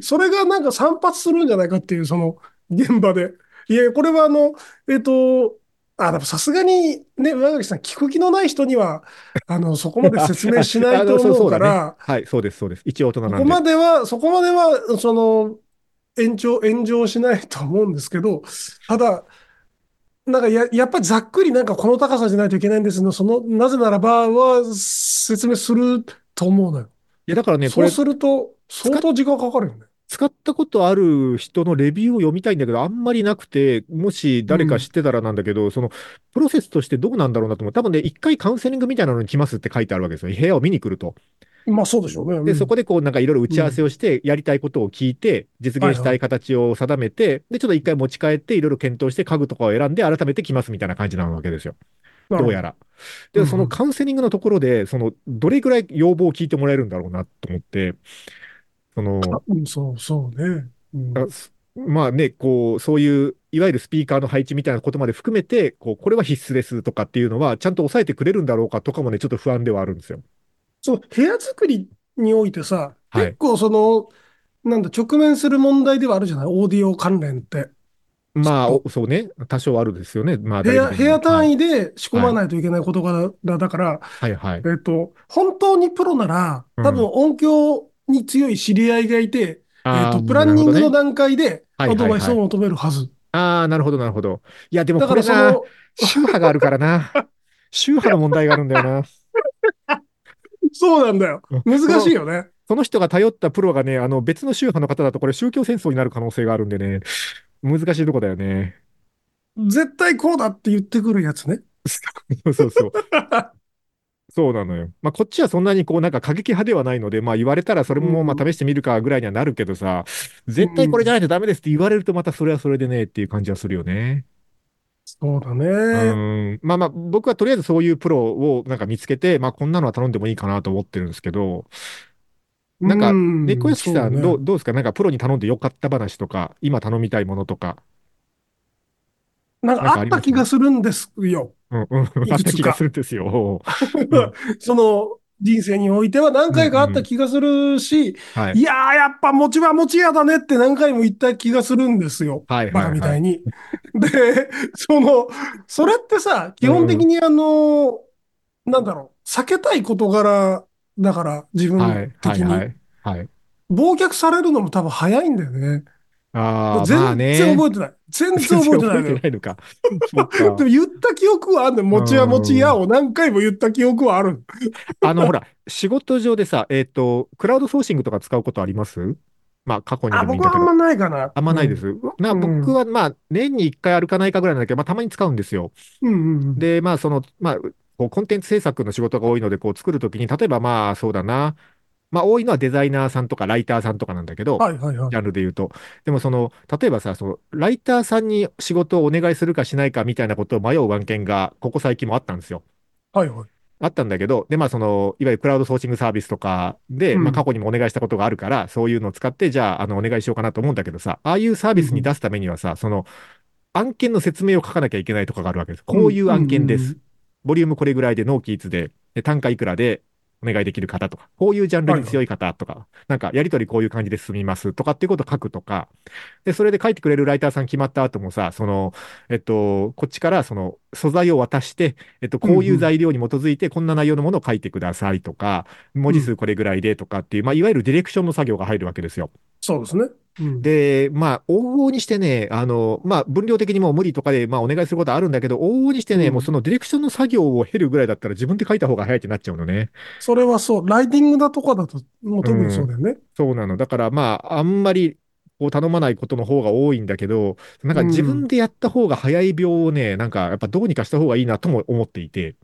S3: それがなんか散発するんじゃないかっていう、その現場で。いや、これはあの、えっと、あ、でもさすがにね、上垣さん、聞く気のない人には、あの、そこまで説明しないと
S2: あのそう
S3: 思
S2: そうう
S3: か
S2: だね
S3: ら、
S2: はい、そうです、そうです。一応大人
S3: そ
S2: な
S3: こ
S2: んで
S3: ま。では、そこまでは、その、延長、炎上しないと思うんですけど、ただ、なんかや、やっぱりざっくりなんかこの高さじゃないといけないんですの、その、なぜならばは説明すると思うのよ。
S2: いや、だからね、こ
S3: そう
S2: れ、
S3: すると、相当時間かかるよね。
S2: 使ったことある人のレビューを読みたいんだけど、あんまりなくて、もし誰か知ってたらなんだけど、その、プロセスとしてどうなんだろうなと思う。多分ね、一回カウンセリングみたいなのに来ますって書いてあるわけですよ。部屋を見に来ると。
S3: まあそうでしょうね。う
S2: で、
S3: ん
S2: そこでこう、なんかいろいろ打ち合わせをして、やりたいことを聞いて、実現したい形を定めて、で、ちょっと一回持ち帰って、いろいろ検討して、家具とかを選んで、改めて来ますみたいな感じなわけですよ。ど
S3: なるほ
S2: う
S3: ど
S2: やら。
S3: うんう
S2: で、
S3: ん
S2: そのカウンセリングのところで、その、どれぐらい要望を聞いてもらえるんだろうなと思って、その、
S3: うん、そうそうね。うん
S2: あすまあね、こう、そういう、いわゆるスピーカーの配置みたいなことまで含めて、こう、これは必須ですとかっていうのは、ちゃんと抑えてくれるんだろうかとかもね、ちょっと不安ではあるんですよ。
S3: そう、部屋作りにおいてさ、
S2: はい
S3: 結構その、なんだ、直面する問題ではあるじゃない、オーディオ関連って。
S2: まあ、
S3: そう
S2: おそうね、多少あるですよね。まあ、
S3: 部屋、部屋単
S2: 位。
S3: 位で仕込まないといけないことが、だだから、
S2: はいはい。
S3: えっと、本当にプロなら、
S2: うん
S3: 多分音響に強い知り合いがいて、えっ
S2: あ
S3: と、
S2: ー
S3: プランニング
S2: なる
S3: の
S2: ほどね
S3: 段階で
S2: はい
S3: アドバイス
S2: はい
S3: を求めるはず。
S2: ああ、なるほど、なるほど。いや、でも
S3: だ
S2: こ
S3: か
S2: れ
S3: らそ
S2: な、
S3: の、
S2: 宗派があるからな。 宗派の問題があるんだよな。
S3: そうなんだよ。 難しいよね。
S2: その人が頼ったプロがね、あの、別の宗派の方だと、これ宗教戦争になる可能性があるんでね、難しいとこだよね。
S3: 絶対こうだって言ってくるやつね。
S2: そうそうそう。そうなのよ。まあ、こっちはそんなにこう、なんか過激派ではないので、まあ、言われたらそれもまあ試してみるかぐらいにはなるけどさ、絶対これじゃないとダメですって言われるとまたそれはそれでねっていう感じはするよね。
S3: そうだ
S2: う
S3: ね。
S2: ん。まあまあ、僕はとりあえずそういうプロをなんか見つけて、まあ、こんなのは頼んでもいいかなと思ってるんですけど、なんか
S3: うん
S2: 猫屋敷さん、
S3: そうね
S2: どうどうですかなんかプロに頼んでよかった話とか、今頼みたいものとか。
S3: なんかあった気がするんですよ。
S2: うんうん。
S3: いくつか
S2: あった気がするんですよ。
S3: その人生においては何回かあった気がするし、
S2: はい。
S3: いやーやっぱ餅は餅屋だねって何回も言った気がするんですよ。
S2: はい
S3: バカ
S2: はい
S3: み
S2: は
S3: た
S2: い。
S3: いに。で、その、それってさ、基本的にあの、なんだろう、避けたい事柄だから、自
S2: はい
S3: 分
S2: は
S3: 的
S2: いは
S3: に。
S2: い。はい。
S3: 忘却されるのも多分早いんだよね。
S2: ああ、まあ
S3: 全
S2: ね。
S3: 然覚えてない。全然 覚えてないのよ。
S2: のか。そうか
S3: でも言った記憶はあるの。餅は餅屋を何回も言った記憶はある。
S2: あの、ほら、仕事上でさ、えっ、と、クラウドソーシングとか使うことありますまあ、過去に
S3: あ、
S2: でもいいん
S3: 僕
S2: だ
S3: は
S2: け
S3: あん
S2: ど。
S3: まないかな。
S2: あんまないです。な
S3: うん
S2: 僕は、まあ、年に1回あるかないかぐらいなんだけど、まあ、たまに使うんですよ。
S3: うん。うんうんうん。
S2: で、まあ、その、まあ、こうコンテンツ制作の仕事が多いので、こう、作るときに、例えば、まあ、そうだな。まあ、多いのはデザイナーさんとかライターさんとかなんだけど、
S3: はいはいはい
S2: ジ。ャンルで言うと。でもその、例えばさ、その、ライターさんに仕事をお願いするかしないかみたいなことを迷う案件が、ここ最近もあったんですよ。
S3: はいはい。
S2: あったんだけど、で、まあ、その、いわゆるクラウドソーシングサービスとかで、
S3: うん
S2: まあ、過去にもお願いしたことがあるから、そういうのを使って、じゃあ、あの、お願いしようかなと思うんだけどさ、ああいうサービスに出すためにはさ、その、案件の説明を書かなきゃいけないとかがあるわけです。こういう案件で
S3: うんうんう
S2: す。ボリュームこれぐらいで、納期いつで、で単価いくらで、お願いできる方とか、こういうジャンルに強い方とか、なんか、やりとりこういう感じで進みますとかっていうことを書くとか、で、それで書いてくれるライターさん決まった後もさ、その、えっと、こっちからその素材を渡して、えっと、こういう材料に基づいてこんな内容のものを書いてくださいとか、文字数これぐらいでとかっていう、まあ、いわゆるディレクションの作業が入るわけですよ。
S3: そうですね。うん
S2: で、まあ、往々にしてね、あの、まあ、分量的にもう無理とかで、まあ、お願いすることあるんだけど、往々にしてね、
S3: うん
S2: もうそのディレクションの作業を経るぐらいだったら自分で書いた方が早いってなっちゃうのね。
S3: それはそう。ライティングだとかだと、もう特にそうだよね。
S2: そうなの。だから、まあ、あんまり、こう頼まないことの方が多いんだけど、なんか自分でやった方が早い病をね、なんかやっぱどうにかした方がいいなとも思っていて。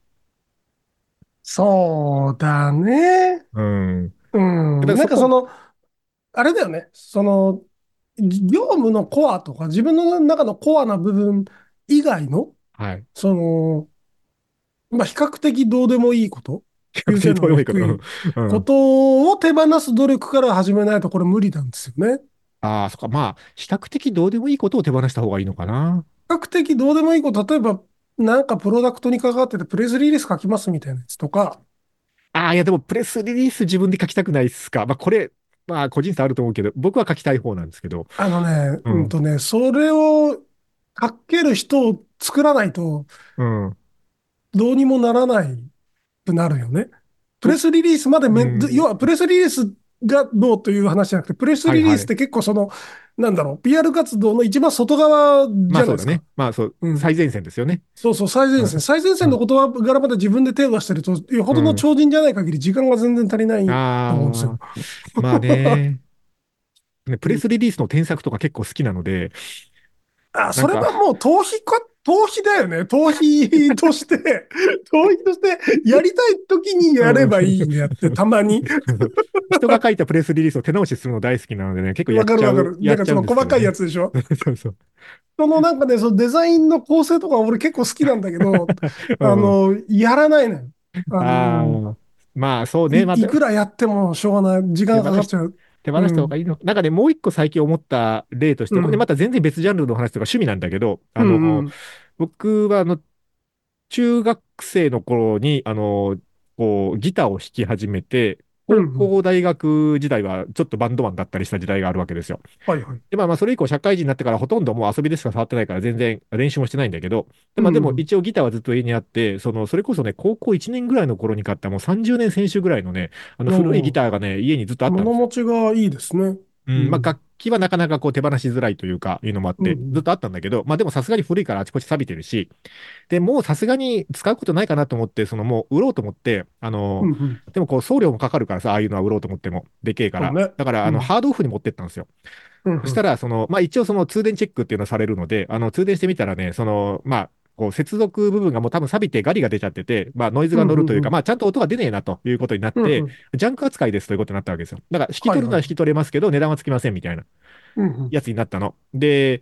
S3: そうだね。
S2: うん。
S3: うん。
S2: だから
S3: なんか
S2: そ
S3: そ
S2: こ
S3: の、あれだよね。その、業務のコアとか、自分の中のコアな部分以外の、
S2: はい。
S3: その、まあ、比較的どうでもいいこと、優先度が低いことを手放す努力から始めないと、これ無理なんですよね。
S2: ああ、そっか。まあ、比較的どうでもいいことを手放した方がいいのかな。
S3: 比較的どうでもいいこと、例えば、なんかプロダクトに関わってて、プレスリリース書きますみたいなやつとか、
S2: ああ、いや、でもプレスリリース自分で書きたくないっすか。まあ、これ、まあ、個人差あると思うけど、僕は書きたい方なんですけど、
S3: あのね、
S2: う
S3: うんんとね、それを書ける人を作らないと
S2: うん。
S3: どうにもならないくなるよね。プレスリリースまでめ、
S2: うん
S3: 要はプレスリリースがどうという話じゃなくて、プレスリリースって結構その、なんだろう、PR 活動の一番外側じ
S2: ま
S3: ゃ
S2: あ
S3: な
S2: そ
S3: い
S2: だ
S3: うですか
S2: ね。。まあそう、
S3: うん
S2: 最前線ですよね。
S3: そうそう、最前線。
S2: うん
S3: 最前線の言葉柄まで自分で手を出してると、よほどの超人じゃない限り時間が全然足りない。
S2: あ
S3: そうですよ
S2: あ、まあね。 ねプレスリリースの添削とか結構好きなので、
S3: あ、それはもう逃避か、逃避だよね。逃避として、 逃避として、やりたい時にやればいいんであって、たまに。
S2: 人が書いたプレスリリースを手直しするの大好きなのでね、結構や
S3: わ
S2: っ
S3: か
S2: ち
S3: る
S2: ゃ
S3: わ
S2: う。
S3: かる。
S2: やっ
S3: なんか
S2: ちゃ
S3: その
S2: うんですよね
S3: 細かいやつでしょ。
S2: そうそう。
S3: そのなんかね、そのデザインの構成とか俺結構好きなんだ けど、 あの、やらないのよ。
S2: うん、
S3: あの、
S2: あーまあそうね、まあ
S3: いいくらやってもしょうがない。時間がかかっちゃう。
S2: 手放した方がいいの。なんかね、もう一個最近思った例として、
S3: うん
S2: これまた全然別ジャンルの話とか趣味なんだけど、あの、
S3: うんうん
S2: 僕はあの、中学生の頃に、あの、こう、ギターを弾き始めて、
S3: うんう
S2: 高
S3: ん
S2: 校大学時代はちょっとバンドマンだったりした時代があるわけですよ。
S3: はいはい。
S2: で、まあまあそれ以降社会人になってからほとんどもう遊びでしか触ってないから全然練習もしてないんだけど、でまあでも
S3: うん
S2: 一応ギターはずっと家にあって、その、それこそね、高校1年ぐらいの頃に買ったもう30年先週ぐらいのね、あの古いギターがね、家にずっとあったんですよ
S3: 物持ちがいいですね。
S2: うん、まあ
S3: うん
S2: 楽器はなかなかこう手放しづらいというか、いうのもあって、
S3: うん
S2: ずっとあったんだけど、まあでもさすがに古いからあちこち錆びてるし、で、もうさすがに使うことないかなと思って、そのもう売ろうと思って、あの、
S3: うんうん
S2: でもこう送料もかかるからさ、ああいうのは売ろうと思っても、でけえから。
S3: そうね
S2: だから、あの、
S3: うん
S2: ハードオフに持ってったんですよ。
S3: うん
S2: そしたら、その、まあ一応その通電チェックっていうのはされるので、あの、通電してみたらね、その、まあ、こう接続部分がもう多分錆びてガリが出ちゃってて、まあノイズが乗るという
S3: うんうんう
S2: か、
S3: ん
S2: まあちゃんと音が出ねえなということになって、
S3: うんうん
S2: ジャンク扱いですということになったわけですよ。だから、引き取るのは引き取れますけど、値段はつきませんみたいな
S3: うんうん
S2: やつになったの。で、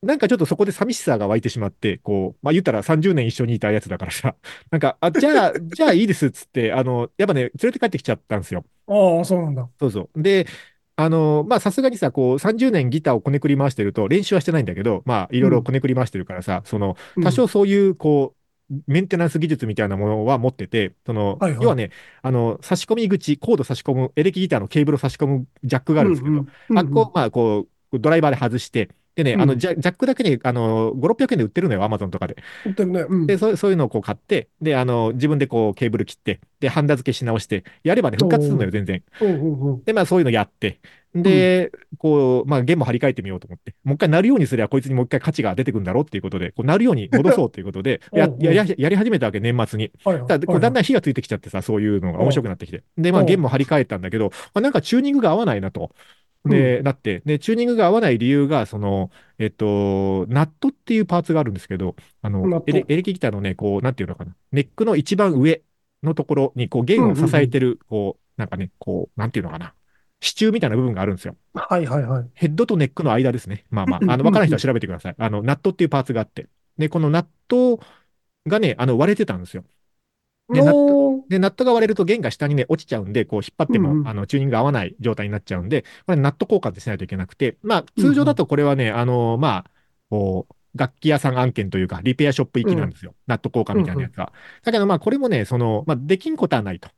S2: なんかちょっとそこで寂しさが湧いてしまって、こう、まあ言ったら30年一緒にいたやつだからさ、 なんか、あ、じゃ あ、じゃあいいですっつって、あの、やっぱね、連れて帰ってきちゃったんですよ。
S3: ああ、そうなんだ。
S2: そうそう。で、あの、まあ、さすがにさ、こう、30年ギターをこねくり回してると、練習はしてないんだけど、まあ、いろいろこねくり回してるからさ、その、
S3: うん
S2: 多少そういう、こう、メンテナンス技術みたいなものは持ってて、その、
S3: はいはい
S2: 要はね、あの、差し込み口、コード差し込む、エレキギターのケーブルを差し込むジャックがあるんですけど、
S3: うんうん
S2: あっこ、まあ、こう、ドライバーで外して、でね、
S3: うん
S2: あの、ジャジャックだけね、あの、5、600円で売ってるのよ、アマゾンとかで。
S3: 売ってるね。うん
S2: で、そうそういうのをこう買って、で、あの、自分でこう、ケーブル切って、で、ハンダ付けし直して、やればね、復活するのよ、全然。
S3: うんうんうん
S2: で、まあ、そういうのやって、で、こう、まあ、弦も張り替えてみようと思って、もう一回鳴るようにすれば、こいつにもう一回価値が出てくるんだろうっていうことで、こう、鳴るように戻そうということで、や
S3: おう、おう
S2: やややり始めたわけ、年末に。
S3: はいはい
S2: ただこうだん
S3: はい
S2: だん火がついてきちゃってさ、そういうのが面白くなってきて。で、まあ、
S3: うん
S2: 弦も張り替えたんだけど、まあ、なんかチューニングが合わないなと。で、なって。で、チューニングが合わない理由が、その、えっと、ナットっていうパーツがあるんですけど、あ
S3: ナッ
S2: の
S3: ト、
S2: エレエレキギターのね、こう、なんていうのかな、ネックの一番上のところに、こう、弦を支えてる、こう、なんかね、こう、なんていうのかな、支柱みたいな部分があるんですよ。
S3: はいはいはい。
S2: ヘッドとネックの間ですね。まあま
S3: うんうんうん
S2: あ、あの、わからない人は調べてください。あの、ナットっていうパーツがあって。で、このナットがね、あの、割れてたんですよ。でなっ
S3: おー
S2: で、ナットが割れると弦が下にね、落ちちゃうんで、こう引っ張っても、
S3: うんうん
S2: あの、チューニングが合わない状態になっちゃうんで、これナット交換ってしないといけなくて、まあ、通常だとこれはね、あの、まあ、こう、楽器屋さん案件というか、リペアショップ行きなんですよ。ナット交換みたいなやつが。だけどまあ、これもね、その、まあ、できんことはないと。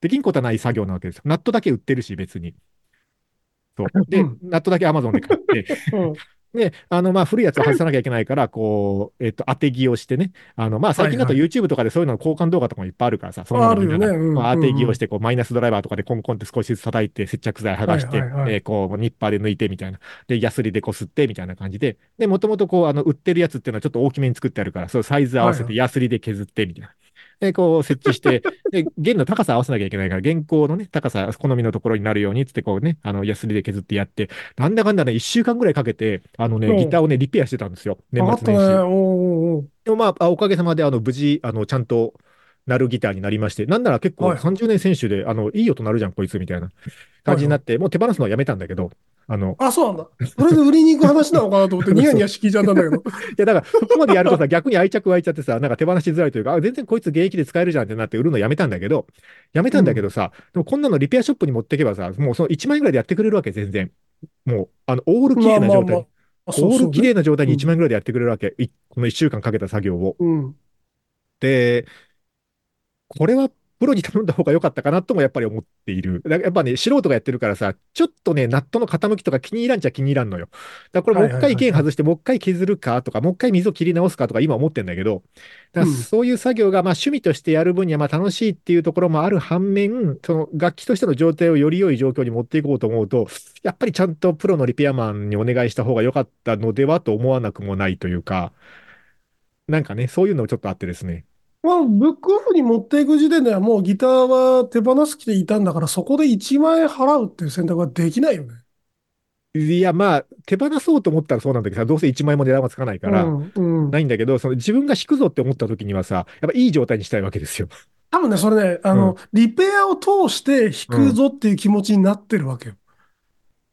S2: できんことはない作業なわけですよ。ナットだけ売ってるし、別に。そう。で、
S3: うん
S2: ナットだけアマゾンで買って、
S3: うん
S2: で、あの、まあ、古いやつを外さなきゃいけないから、こう、えっと、当て着をしてね。あの、まあ、最近だと
S3: はい
S2: YouTube とかでそういうの交換動画とかもいっぱいあるからさ、そんなのみんなが
S3: あるよねうん
S2: まあ
S3: うん
S2: 当て着をして、こう、マイナスドライバーとかでコンコンって少しずつ叩いて、接着剤剥がして、
S3: はいはいはい
S2: えーこう、ニッパーで抜いてみたいな。で、ヤスリでこすってみたいな感じで。で、もともとこう、あの、売ってるやつっていうのはちょっと大きめに作ってあるから、そう、サイズ合わせ
S3: は
S2: て
S3: い
S2: ヤスリで削ってみたいな。で、こう、設置 して、で、弦の高さ合わせなきゃいけないから、弦高のね、高さ、好みのところになるように、つってこうね、あの、ヤスリで削ってやって、なんだかんだね、一週間ぐらいかけて、あのね、
S3: うん
S2: ギターをね、リペアしてたんですよ。年
S3: あっ
S2: 末
S3: た
S2: 年
S3: ね。
S2: 始。
S3: おーおー
S2: でもまあ、あおかげさまで、あの、無事、あの、ちゃんと、なるギターになりまして、なんなら結構
S3: はい
S2: 30年選手で、あの、いい音なるじゃん、こいつ、みたいな感じになって、もう手放すのはやめたんだけど、あの、
S3: おーあ、そうなんだ。それで売りに行く話なのかなと 思ってニヤニヤし聞いちゃったんだけど。
S2: いや、だから、そこまでやると さ、逆に愛着湧いちゃってさ、なんか手放しづらいというか、あ、全然こいつ現役で使えるじゃんってなって売るのやめたんだけど、やめたんだけどさ、でもこんなのリペアショップに持ってけばさ、もうその1万円ぐらいでやってくれるわけ、全然。もう、あの、オール綺麗な状態。
S3: まあまあまあそう
S2: オ
S3: そう
S2: ール綺麗な状態に
S3: うん
S2: 1万円ぐらいでやってくれるわけ。いこの1週間かけた作業を。
S3: うん。
S2: で、これはプロに頼んだ方が良かったかなともやっぱり思っている。だからやっぱね、素人がやってるからさ、ちょっとね、ナットの傾きとか気に入らんちゃ気に入らんのよ。だからこれもう一回弦外して、もう一回削るかとか、もう一回溝切り直すかとか今思ってんだけど、だから
S3: うん
S2: そういう作業がまあ趣味としてやる分にはまあ楽しいっていうところもある反面、その楽器としての状態をより良い状況に持っていこうと思うと、やっぱりちゃんとプロのリペアマンにお願いした方が良かったのではと思わなくもないというか、なんかね、そういうのもちょっとあってですね。
S3: まあ、ブックオフに持っていく時点ではもうギターは手放す気でいたんだから、そこで1万円払うっていう選択はできないよね。
S2: いや、まあ、手放そうと思ったらそうなんだけどさ、どうせ1万円も値段はつかないから、
S3: うん、うん。
S2: ないんだけど、その自分が弾くぞって思った時にはさ、やっぱいい状態にしたいわけですよ。
S3: 多分ね、それね、あの、リペアを通して弾くぞっていう気持ちになってるわけよ。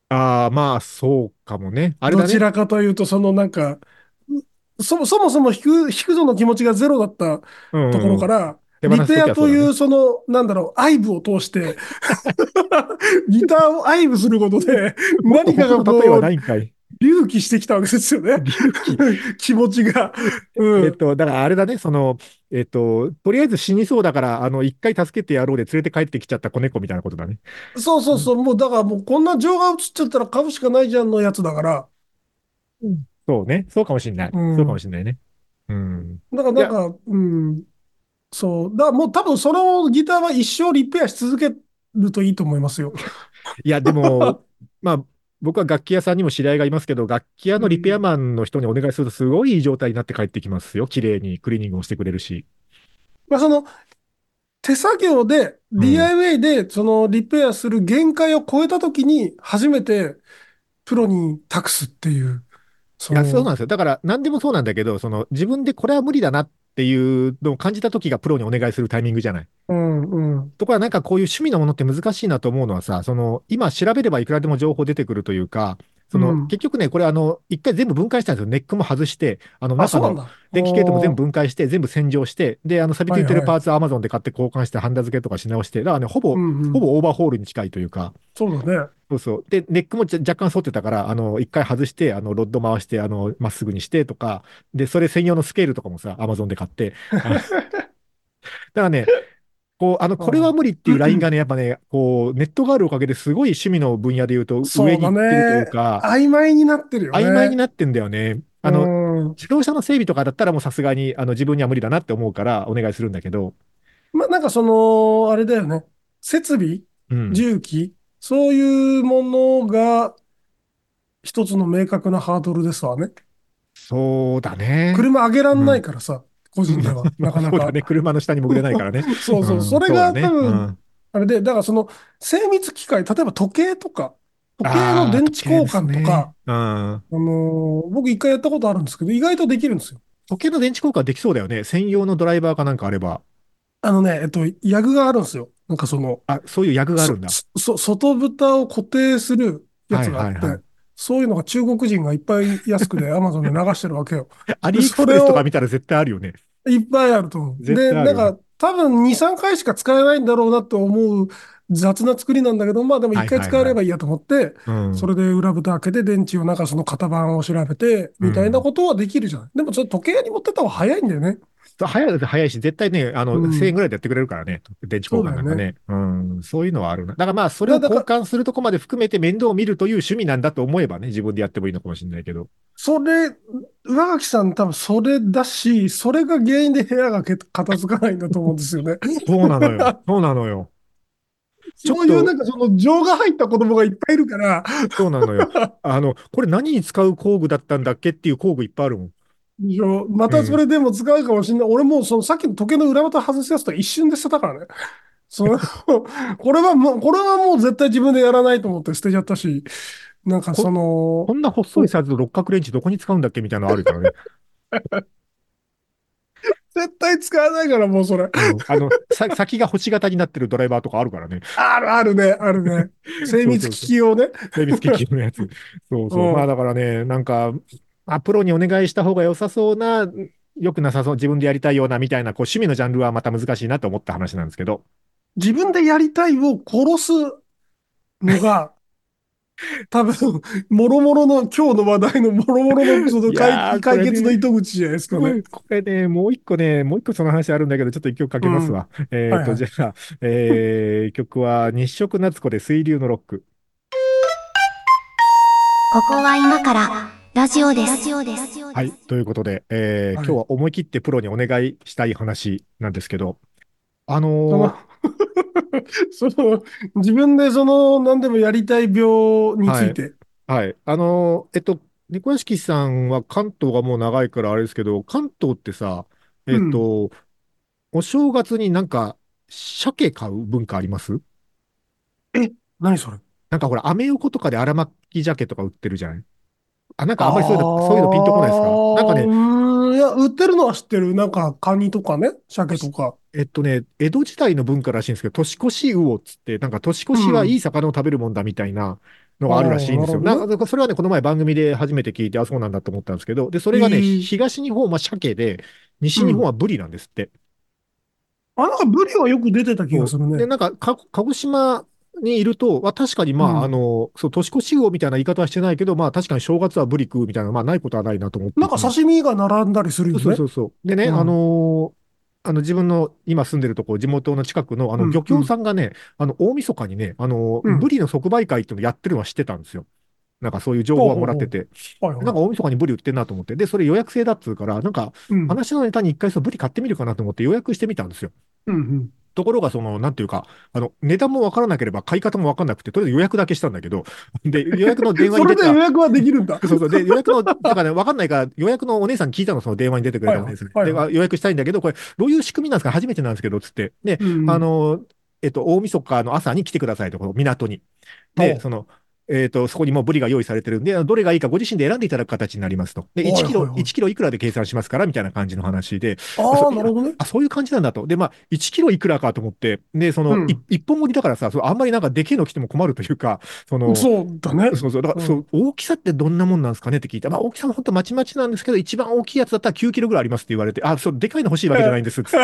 S2: ああ、まあ、そうかもね。あれ
S3: ど
S2: だ
S3: ち
S2: ね。
S3: らかというと、そのなんか、そもそもそも弾く、弾くぞの気持ちがゼロだった
S2: うんうん
S3: ところから、
S2: 手放
S3: リ
S2: す
S3: ペ
S2: 時
S3: ア
S2: はそ
S3: と
S2: うだね
S3: いう、その、なんだろう、愛部を通して、 ギターを愛部するこ とで、何かがこ
S2: 僕の例えはな
S3: う、
S2: いんかい。
S3: 隆起してきたわけですよね。気持ちが。う
S2: えっ
S3: ん。
S2: と、だからあれだね、その、えっと、とりあえず死にそうだから、あの、一回助けてやろうで連れて帰ってきちゃった子猫みたいなことだね。
S3: そうそうそう、もうだからもうこんな情が映っちゃったら株しかないじゃんのやつだから、
S2: そうね。そうかもしんない。
S3: うん
S2: そうかもしんないね。うん。
S3: だからなんか、うん、そう、だからもう多分そのギターは一生リペアし続けるといいと思いますよ。
S2: いや、でも、 まあ、僕は楽器屋さんにも知り合いがいますけど、楽器屋のリペアマンの人にお願いすると、すごいいい状態になって帰ってきますよ。綺麗にクリーニングをしてくれるし。
S3: まあその、手作業で、
S2: ん
S3: DIY で、そのリペアする限界を超えたときに、初めてプロに託すっていう、そ
S2: いや、
S3: の
S2: そうなんですよ。だから、何でもそうなんだけど、その、自分でこれは無理だなっていうのを感じた時がプロにお願いするタイミングじゃない。
S3: うんうん。
S2: ところがなんかこういう趣味のものって難しいなと思うのはさ、その、今調べればいくらでも情報出てくるというか、その、
S3: うん
S2: 結局ね、これあの、一回全部分解したんですよ。ネックも外して、あの、
S3: あ、
S2: 中
S3: そうな
S2: の
S3: んだ。
S2: 電気系統も全部分解して、全部洗浄して、で、あの、錆びついてる
S3: はいは
S2: パーツは Amazon で買って交換して、ハンダ付けとかし直して、だからね、ほぼ、
S3: うんうん
S2: ほぼオーバーホールに近いというか、
S3: そうだね。
S2: そうそう。で、ネックもじゃ若干反ってたから、あの、一回外して、あの、ロッド回して、あの、まっすぐにしてとか、で、それ専用のスケールとかもさ、Amazon で買っ て。あのだからね、こう、あの、これは無理っていうラインがね、やっぱね、こう、ネットがあるおかげですごい趣味の分野で言うと、
S3: そう
S2: 上
S3: だ
S2: に
S3: ね
S2: 行ってるというか、
S3: 曖昧になってるよね。
S2: 曖昧になってんだよね。あの、
S3: の、
S2: 自動車の整備とかだったらもうさすがにあの自分には無理だなって思うからお願いするんだけど、
S3: まあ、なんかその、あれだよね。設備、
S2: うん、
S3: 重機、そういうものが一つの明確なハードルですわね。
S2: そうだね。
S3: 車上げらんないからさ、個人では、なか な
S2: そうだ
S3: か。
S2: ね。車の下に潜れないからね。
S3: そうそう。
S2: ん
S3: それが
S2: うだね
S3: 多分、
S2: うん
S3: あれで、だからその精密機械、例えば時計とか、時計
S2: あ
S3: の
S2: ー
S3: 電池交換とか、
S2: うん
S3: あのー僕一回やったことあるんですけど、意外とできるんですよ。
S2: 時計の電池交換できそうだよね。専用のドライバーかなんかあれば。
S3: あのね、えっと、ヤグがあるんですよ。なんかその、
S2: あ、そういう役があるんだ。
S3: そ、そ、外蓋を固定するやつがあっ
S2: はいはいは
S3: て、そういうのが中国人がいっぱい 安くでアマゾンで流してるわけよ。
S2: アリエクスプレスとか見たら絶対あるよね。
S3: いっぱいあると思う。
S2: 絶対
S3: で、
S2: あ
S3: な
S2: るよ
S3: んか多分2、3回しか使えないんだろうなと思う雑な作りなんだけど、まあでも1回使えればいいやと思って、
S2: うん。
S3: それで裏蓋開けて電池をなんかその型番を調べて、みたいなことはできるじゃない。でもそれ時計屋に持ってった方が早いんだよね。
S2: 早い、早いし、絶対ね、あの、
S3: うん
S2: 1000円ぐらいでやってくれるからね、電池交換なんかね。うん。そういうのはあるな。だからまあ、それを
S3: だか
S2: 交
S3: ら
S2: 換するとこまで含めて面倒を見るという趣味なんだと思えばね、自分でやってもいいのかもしれないけど。
S3: それ、上垣さん多分それだし、それが原因で部屋がけ片付かないんだと思うんですよ ね。
S2: そうなのよ。そうなのよ。ちょっ
S3: そ
S2: と
S3: ういうなんかその情が入った子供がいっぱいいるから、
S2: そうなのよ。あの、これ何に使う工具だったんだっけっていう工具いっぱいあるもん。
S3: でしょまたそれでも使うかもしれない。俺もうそのさっきの時計の裏股外すやつとか一瞬で捨てたからね。その、 これはもう、これはもう絶対自分でやらないと思って捨てちゃったし、なんかその
S2: こ、んな細いサイズの六角レンチどこに使うんだっけみたいなのあるからね。
S3: 絶対使わないからもうそれ。
S2: うんあの、さ先が星型になってるドライバーとかあるからね。
S3: あるあるね、あ るね。精密機器をね。
S2: 精密機器のやつ。そうそうう。
S3: ん
S2: まあだからね、なんか、あ、プロにお願いした方が良さそうな、良くなさそう、自分でやりたいようなみたいな、こう趣味のジャンルはまた難しいなと思った話なんですけど。
S3: 自分でやりたいを殺すのが、多分、もろもろの、今日の話題のもろもろの、その
S2: いや
S3: 解
S2: ーこれね
S3: 解決の糸口じゃないですかね。
S2: これね、もう一個ね、もう一個その話あるんだけど、ちょっと一曲かけますわ。えっ、
S3: はい
S2: と、
S3: はい
S2: じゃあ、えー、 曲は日食夏子で水流のロック。
S1: ここは今からラジオです。ラジオです。
S2: はい。ということで、えー
S3: は
S2: 今
S3: い
S2: 日は思い切ってプロにお願いしたい話なんですけど、あのー
S3: その その、自分でその、何でもやりたい病について。
S2: はい。あのーえっと、猫屋敷さんは関東がもう長いからあれですけど、関東ってさ、えっと、お正月になんか、鮭買う文化あります
S3: 何それ
S2: なんかほら、アメ横とかで荒巻き鮭とか売ってるじゃないあ、なんかあんまりそういうの、
S3: あー
S2: そういうのピンとこないですかなんかね
S3: う、ーん、いや、売ってるのは知ってる。なんか、カニとかね、鮭とか。
S2: えっとね、江戸時代の文化らしいんですけど、年越し魚っつって、なんか年越しはいい魚を食べるもんだみたいなのがあるらしいんですよ。
S3: うんあーなるほどね
S2: なんかそれはね、この前番組で初めて聞いて、あ、そうなんだと思ったんですけど、で、それがね、
S3: へー
S2: 東日本は鮭で、西日本はブリなんですって。
S3: あ、なんか、ブリはよく出てた気がする
S2: で、
S3: ね。
S2: なんかか、鹿児島にいると、まあ、確かに、まあ、
S3: うん
S2: あの、そう、年越し魚みたいな言い方はしてないけど、まあ、確かに正月はブリ食うみたいな、まあ、ないことはないなと思って。
S3: なんか、刺身が並んだりするよ
S2: そう
S3: ね
S2: そ。うそう。でね、
S3: うん
S2: あのーあの自分の今住んでるとこ、地元の近くのあ
S3: う
S2: の
S3: ん
S2: 漁協さんがね、あの大晦日にね、あのー
S3: うん
S2: ブリの即売会っていうのやってるのは知ってたんですよ。なんかそういう情報はもらってて、
S3: はいはい
S2: なんか大晦日にブリ売ってんなと思って、で、それ予約制だっつうから、なんか
S3: うん
S2: 話のネタに一回そのブリ買ってみるかなと思って予約してみたんですよ。
S3: うんうん
S2: ところが、その、なんていうか、あの、値段もわからなければ買い方もわかんなくて、とりあえず予約だけしたんだけど、で、予約の電話
S3: そ
S2: に
S3: れ
S2: 出
S3: で
S2: た
S3: 予。約はできるんだ。
S2: そうそう。 で、予約の、だからね、わかんないから、予約のお姉さんに聞いたの、その電話に出てくれたんですね。
S3: はいはい
S2: でわ予約したいんだけど、これ、どういう仕組みなんですか初めてなんですけど、つって。で、
S3: うん
S2: あ、の、えっと、大晦日の朝に来てくださいと、この港に。
S3: お
S2: で、
S3: う
S2: その、えっと、そこにもうブリが用意されてるんで、どれがいいかご自身で選んでいただく形になりますと。で、
S3: はい
S2: 1キロ、
S3: はいはい
S2: 1キロいくらで計算しますから、みたいな感じの話で、
S3: ああ、なるほどね。
S2: あ、そういう感じなんだと。で、まあ、1キロいくらかと思って、で、その、
S3: うん
S2: い一本盛りだからさ、そうあんまりなんかでけえの来ても困るというか、その、
S3: そうだね。
S2: そうそう。だから、そう、大きさってどんなもんなんですかねって聞いた。まあ、大きさも本当まちまちなんですけど、一番大きいやつだったら9キロぐらいありますって言われて、あ、そう、でかいの欲しいわけじゃないんですっつって。 ま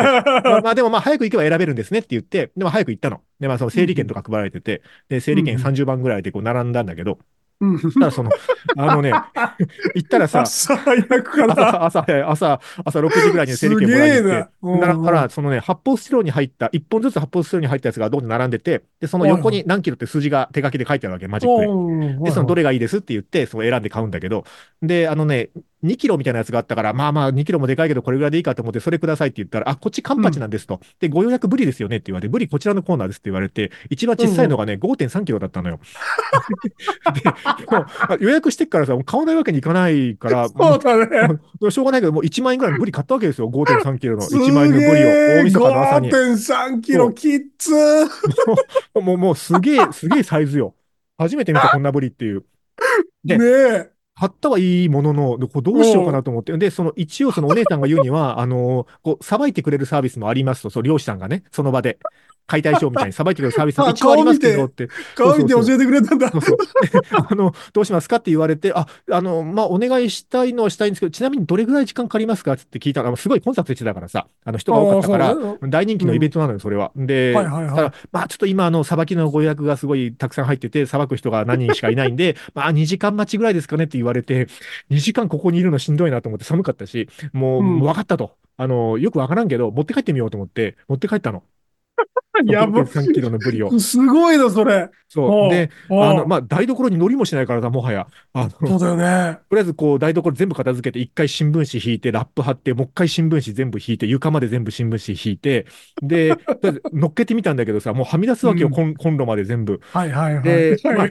S2: あ、まあでもまあ、早く行けば選べるんですねって言って、でも早く行ったの。で、まあ、その整理券とか配られてて、で、整理券
S3: うん
S2: 30番ぐらいでこう並んだんだけど、
S3: うん
S2: ただ その、あのね、行ったらさ、
S3: 朝早くから。
S2: 朝、朝早い、朝、朝6時ぐらいに整理券もらいに行って、だから、そのね、発泡スチロールに入った、1本ずつ発泡スチロールに入ったやつがどんどん並んでて、で、その横に何キロって数字が手書きで書いてあるわけ、マジックで。で、そのど
S3: れ
S2: れがいいですって言って、その選んで買うんだけど、で、あのね、2キロみたいなやつがあったから、まあまあ2キロもでかいけど、これぐらいでいいかと思って、それくださいって言ったら、あ、こっちカンパチなんですと。で、ご予約ブリですよねって言われて、ブリこちらのコーナーですって言われて、一番小さいのがね、5.3キロだったの よ。で、もうあ予約してっからさ、もう買わないわけにいかない から、
S3: そうだね。
S2: もうしょうがないけど、もう1万円ぐらいのブリ買ったわけですよ。5.3キロの1万円のブリを、大晦日の朝に。
S3: 5.3キロキッズ。
S2: もう、もうすげえ、すげえサイズよ。初めて見たこんなブリっていう。
S3: ねえ。
S2: 貼ったはいいものの、こうどうしようかなと思って。で、その一応そのお姉さんが言うには、 あの、こう、さばいてくれるサービスもありますと、そう、漁師さんがね、その場で、解体ショーみたいにさばいてくれるサービスも一応ありますけどって。
S3: 顔見て教えてくれたんだ
S2: そ。うそう。で あの、どうしますかって言われて、あ、あの、まあ、お願いしたいのはしたいんですけど、ちなみにどれぐらい時間かかりますかって聞いたら、あのすごいコンサートしてたからさ、あの人が多かったから、
S3: あーそうね
S2: 大人気のイベントなのよ、それは。で、
S3: はいはいはい
S2: ただまあ、ちょっと今、あの、さばきのご予約がすごいたくさん入ってて、さばく人が何人しかいないん で、まあ、2時間待ちぐらいですかねって言われて、2時間ここにいるのしんどいなと思って、寒かったし、もう、
S3: うん
S2: 分かったと。あの、よくわからんけど、持って帰ってみようと思って、持って帰ったの。
S3: やば
S2: 3キロのブリを。
S3: すごいな、それ。
S2: そう。で、
S3: おう
S2: あの、まあ、台所に乗りもしないからさ、もはや。あの、
S3: そう
S2: と
S3: だよね。
S2: りあえずこう、台所全部片付けて、一回新聞紙引いて、ラップ貼って、もう一回新聞紙全部引いて、床まで全部新聞紙引いて、で、とりあえず乗っけてみたんだけどさ、もうはみ出すわけよ、
S3: うん
S2: コンコンロまで全部。
S3: はいはいはい。
S2: で
S3: はい
S2: まあ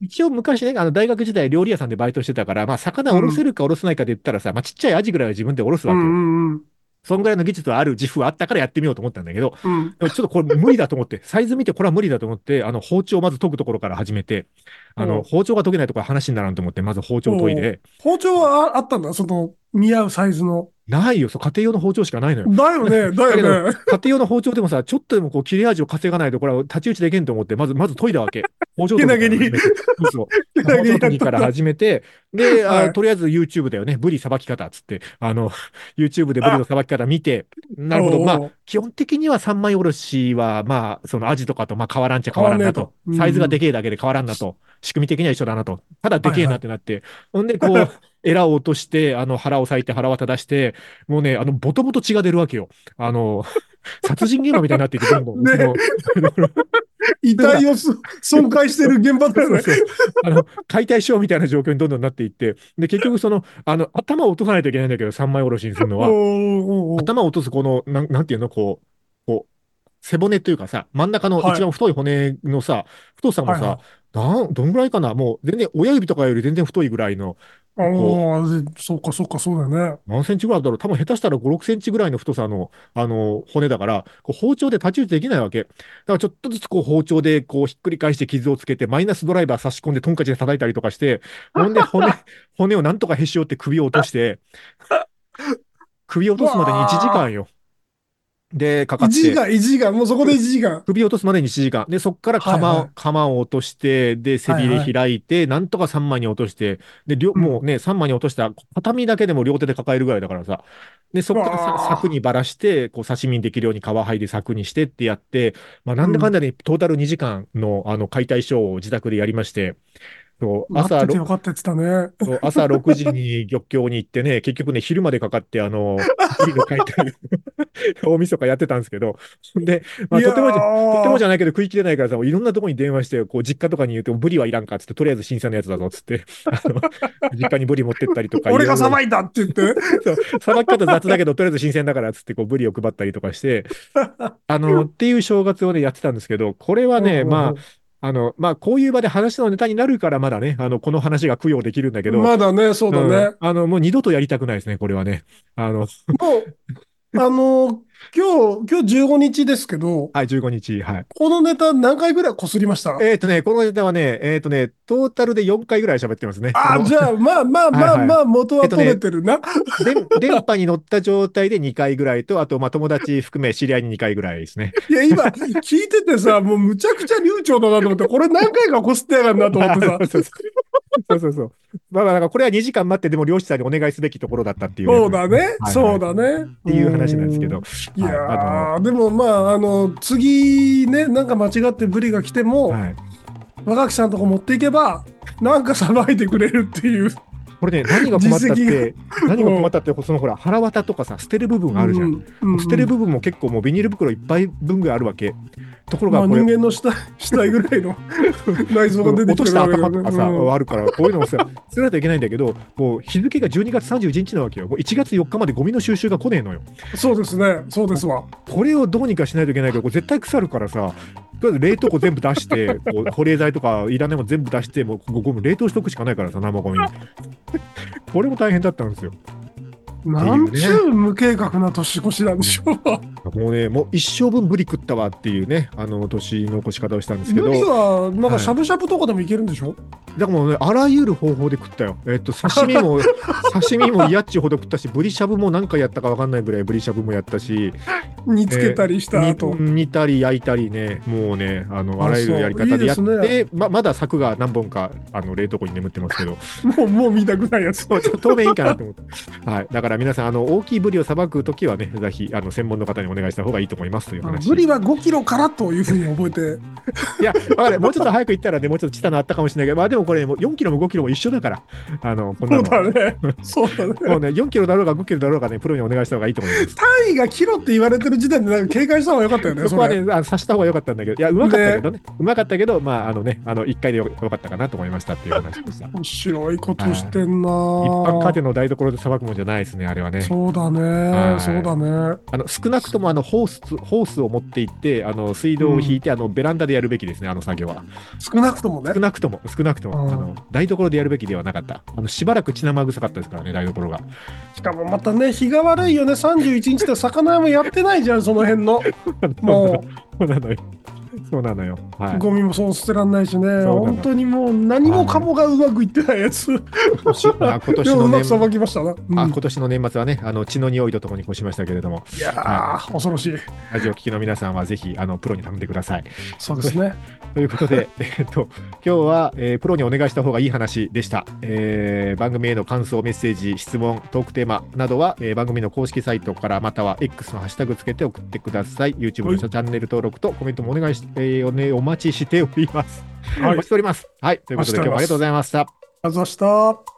S2: 一応昔ね、あの、大学時代料理屋さんでバイトしてたから、まあ、魚おろせるかおろせないかで言ったらさ、まあ、ちっちゃいアジぐらいは自分でおろす
S3: う
S2: わけ
S3: ん
S2: よ。
S3: うんうん
S2: そんぐらいの技術はある自負はあったからやってみようと思ったんだけど、
S3: うん。
S2: でもちょっとこれ無理だと思って、サイズ見てこれは無理だと思って、あの、包丁をまず研ぐところから始めて、あ
S3: うん
S2: の、包丁が研げないとこれ話にならんと思って、まず包丁を研いで、
S3: 包丁はああったんだ、その、見合うサイズの。
S2: ないよ、そう家庭用の包丁しかないのよ。
S3: だよね、だよね。
S2: 家庭用の包丁でもさ、ちょっとでもこう切れ味を稼がないと、これは太刀打ちできんと思って、まず、まず研いだわ け。包丁研ぎから始めて。そうそう。包丁研ぎから始めて、で、
S3: は
S2: あ
S3: い
S2: とりあえず YouTube だよね。ブリさばき方っつって、あの、YouTube でブリのさばき方見て、なるほど。まあ、
S3: あ、
S2: 基本的には三枚おろしは、まあ、そのアジとかと、まあ、変わらんちゃ変わらんなと。
S3: 変わんねえとうん
S2: サイズがでけえだけで変わらんなと。仕組み的には一緒だなと。ただでけえなってなって。ほんで、こ う、エラーを落として、あの、腹を裂いて、腹渡出して、もうね、あの、ボトボト血が出るわけよ。あの、 殺人現場みたいになっ ていく、どんどん。
S3: ね
S2: その
S3: 遺体を す損壊してる現場だよ
S2: そう
S3: ね。
S2: そうあの、解体しようみたいな状況にどんどんなっていって。で、結局、その、あの、頭を落とさないといけないんだけど、三枚おろしにするの
S3: お
S2: は
S3: ー。おーおー
S2: 頭を落とすこの、なん、なんていうの、こう、こう、背骨というかさ、真ん中の
S3: はい
S2: 一番太い骨のさ、太さも
S3: はい
S2: さ
S3: は、
S2: なん、どんぐらいかなもう全然親指とかより全然太いぐらいの、
S3: ああ、でそうか、そうか、そうだよね。
S2: 何センチぐらいだろう多分下手したら5、6センチぐらいの太さの、あの、骨だから、こう包丁で太刀打ちできないわけ。だからちょっとずつこう包丁でこうひっくり返して傷をつけて、マイナスドライバー差し込んでトンカチで叩いたりとかして、ほんで 骨、骨をなんとかへし折って首を落として、首を落とすまでに1時間よ。で、かか
S3: 1
S2: って。
S3: 時間、1時間、もうそこで1時間。
S2: 首を落とすまでに1時間。で、そこから釜を、
S3: はいはい
S2: 釜を落として、で、背びれ開いて、なんとか3枚に落として、で、両、
S3: うん
S2: もうね、3枚に落とした、畳みだけでも両手で抱えるぐらいだからさ。で、そこから
S3: うわ
S2: さ
S3: ー
S2: 柵にばらして、こう刺身にできるように皮剥いで柵にしてってやって、まあ、なんだかんだに、トータル2時間の、あの、解体ショーを自宅でやりまして、そう
S3: 待
S2: 朝
S3: ってて
S2: ろ
S3: よかったって言ってた
S2: そ
S3: ね。
S2: う朝6時に漁協に行ってね、 結局ね、昼までかかって、あの、ビール解 体、大晦日やってたんですけど、で、まあ、
S3: いや
S2: とてもじゃ、とてもじゃ
S3: ゃ
S2: ないけど食い切れないからさ、もういろんなとこに電話して、こう実家とかに言うと、ブリはいらんかっつって、とりあえず新鮮なやつだぞっつって、あの実家にブリ持ってったりとか、
S3: 俺がさば
S2: い
S3: いたって言って。
S2: ろいろそうさばき方雑だけど、とりあえず新鮮だからっつって、こうブリを配ったりとかして、あの、っていう正月をね、やってたんですけど、これはね、まあ、あの、まあ、こういう場で話のネタになるから、まだね、あの、この話が供養できるんだけど、
S3: まだね、そうだね。
S2: うんあの、もう二度とやりたくないですね、これはね。あの、
S3: もう、あの、今日、今日15日ですけど、
S2: はい、15日、はい。
S3: このネタ何回ぐらいこすりました
S2: えっ、とね、このネタはね、えっ、とね、トータルで4回ぐらい喋ってますね。
S3: あ
S2: の
S3: あ、じゃあ、まあまあま
S2: はいは
S3: あ
S2: い
S3: まあ、元は取れてるな。
S2: 電 電波に乗った状態で2回ぐらいと、あと、まあ、友達含め知り合いに2回ぐらいです ね。
S3: いや、今、聞いて てさ、もうむちゃくちゃ流暢だなと思って、これ何回かこすってやがるなと思ってさ
S2: 。そうそうそうそう。まあまあ、なんかこれは2時間待ってでも漁師さんにお願いすべきところだったっていう。
S3: そうだね
S2: は。い
S3: そうだね。
S2: っていう話なんですけど。
S3: いや
S2: は
S3: ーでもまあ、あの、次ね、なんか間違ってブリが来ても、
S2: はい。
S3: 若木さんとこ持っていけば、なんかさばいてくれるっていう。
S2: これね、何が困ったっ
S3: 実
S2: て
S3: 績、
S2: 何が困ったって、そのほら、腹渡とかさ、捨てる部分あるじゃん。
S3: うん。
S2: 捨てる
S3: 分
S2: 部分も結構もうビニール袋いっぱい分ぐらいあるわけ。ところ
S3: ま
S2: が、
S3: あ
S2: これ、
S3: 人間の死体死体ぐらいの 内臓が出て
S2: 落
S3: き
S2: と
S3: て
S2: した頭とかさ、
S3: うん
S2: あるから、こういうのをさ、捨てないといけないんだけど、こう日付が12月31日なわけよ。もう1月4日までゴミの収集が来ねえのよ。
S3: そうですね。そうですわ。
S2: これをどうにかしないといけないけど、これ絶対腐るからさ、とりあえず冷凍庫全部出して、こう保冷剤とかいらないもん全部出して、もうここゴム冷凍しとくしかないからさ、生ゴミ。これも大変だったんですよ。
S3: なんちゅう無計画な年越しなんでしょう。
S2: もうね、もう一生分ブリ食ったわっていうね、あの年の越し方をしたん ですけ
S3: ブ
S2: ど、
S3: リ
S2: だか
S3: はなんかしゃぶしゃぶとかでもいけるんでしょ、
S2: らもうね、あらゆる方法で食ったよ。えっと、刺身も、刺身も嫌っちゅうほど食ったし、ブリしゃぶも何回やったか分かんないぐらいブリしゃぶもやったし、
S3: 煮つけたりした後、
S2: 煮煮たり焼いたりね、もうね、あの
S3: あ
S2: あらゆるやり方でやって、
S3: そういいで
S2: ままだ柵が何本かあの冷凍庫に眠ってますけど、
S3: もうもう見たくないやつ。
S2: ちょっと当面いいかなと思って、 はい、だから皆さん、あの大きいブリをさばくときはね、ぜひあの専門の方にお願いした方がいいと思いますという話。
S3: ブリは5キロからというふうに覚
S2: いや、わかるもうちょっと早く行ったらね、もうちょっとチタのあったかもしれないけど、まあ、でもこれ、もう4キロも5キロも一緒だから、あの こんな
S3: え
S2: の
S3: て、そうだね。そうだね。
S2: もうね、4キロだろうが5キロだろうがね、プロにお願いした方がいいと思います。
S3: 単位がキロって言われてる時点でなんか警戒した方が良かったよね。
S2: そこは
S3: そ
S2: ね
S3: れ、
S2: あの刺した方が良かったんだけど、いや、うまかったけどね、うまかったけど、まあ、あのね、あの、1回でよ良かったかなと思いましたっていう話でした。
S3: 面白いことしてんな
S2: 一般家
S3: ぁ。
S2: 庭の台所でさばくもんじゃないですね、あれはね。
S3: そうだ
S2: は
S3: ね。
S2: い
S3: そうだね。
S2: あの少なくともあのホースホースを持って行って、あの水道を引いて、あのベランダでやるべきですね、あの作業は。
S3: 少なくともね
S2: 少。なくとも、少なくとも、
S3: うん
S2: あの台所でやるべきではなかった。あのしばらく血生臭かったですからね、台所が。
S3: しかもまたね、日が悪いよね。31日って魚屋もやってないじゃん、その辺の。も
S2: そうなのよ。
S3: う、
S2: そうなのよ。はい。
S3: ゴミもそう捨てらんないしね、
S2: だ
S3: 本当にもう何もかもがうまくいってないやつ。
S2: 今年あ今年
S3: でも
S2: の
S3: うまく
S2: 年
S3: さ
S2: 末
S3: ばきましたな。うん
S2: あ今年の年末はね、あの血の匂いとともにこうしましたけれども、
S3: いやー、恐ろしい。
S2: ラジオ聴きの皆さんはぜひあのプロに頼んでください。
S3: そうですね。
S2: ということ で、えっと、今日は、えープロにお願いした方がいい話でした。えー番組への感想、メッセージ、質問、トークテーマなどは、えー番組の公式サイトから、または X のハッシュタグつけて送ってください。YouTube のチャンネル登録とコメントもお願いし、えーおね、お待ちしております。
S3: はい、あ
S2: お待
S3: り
S2: ちしております。はい。ということで、今日もありがとうございました。
S3: がとうございました。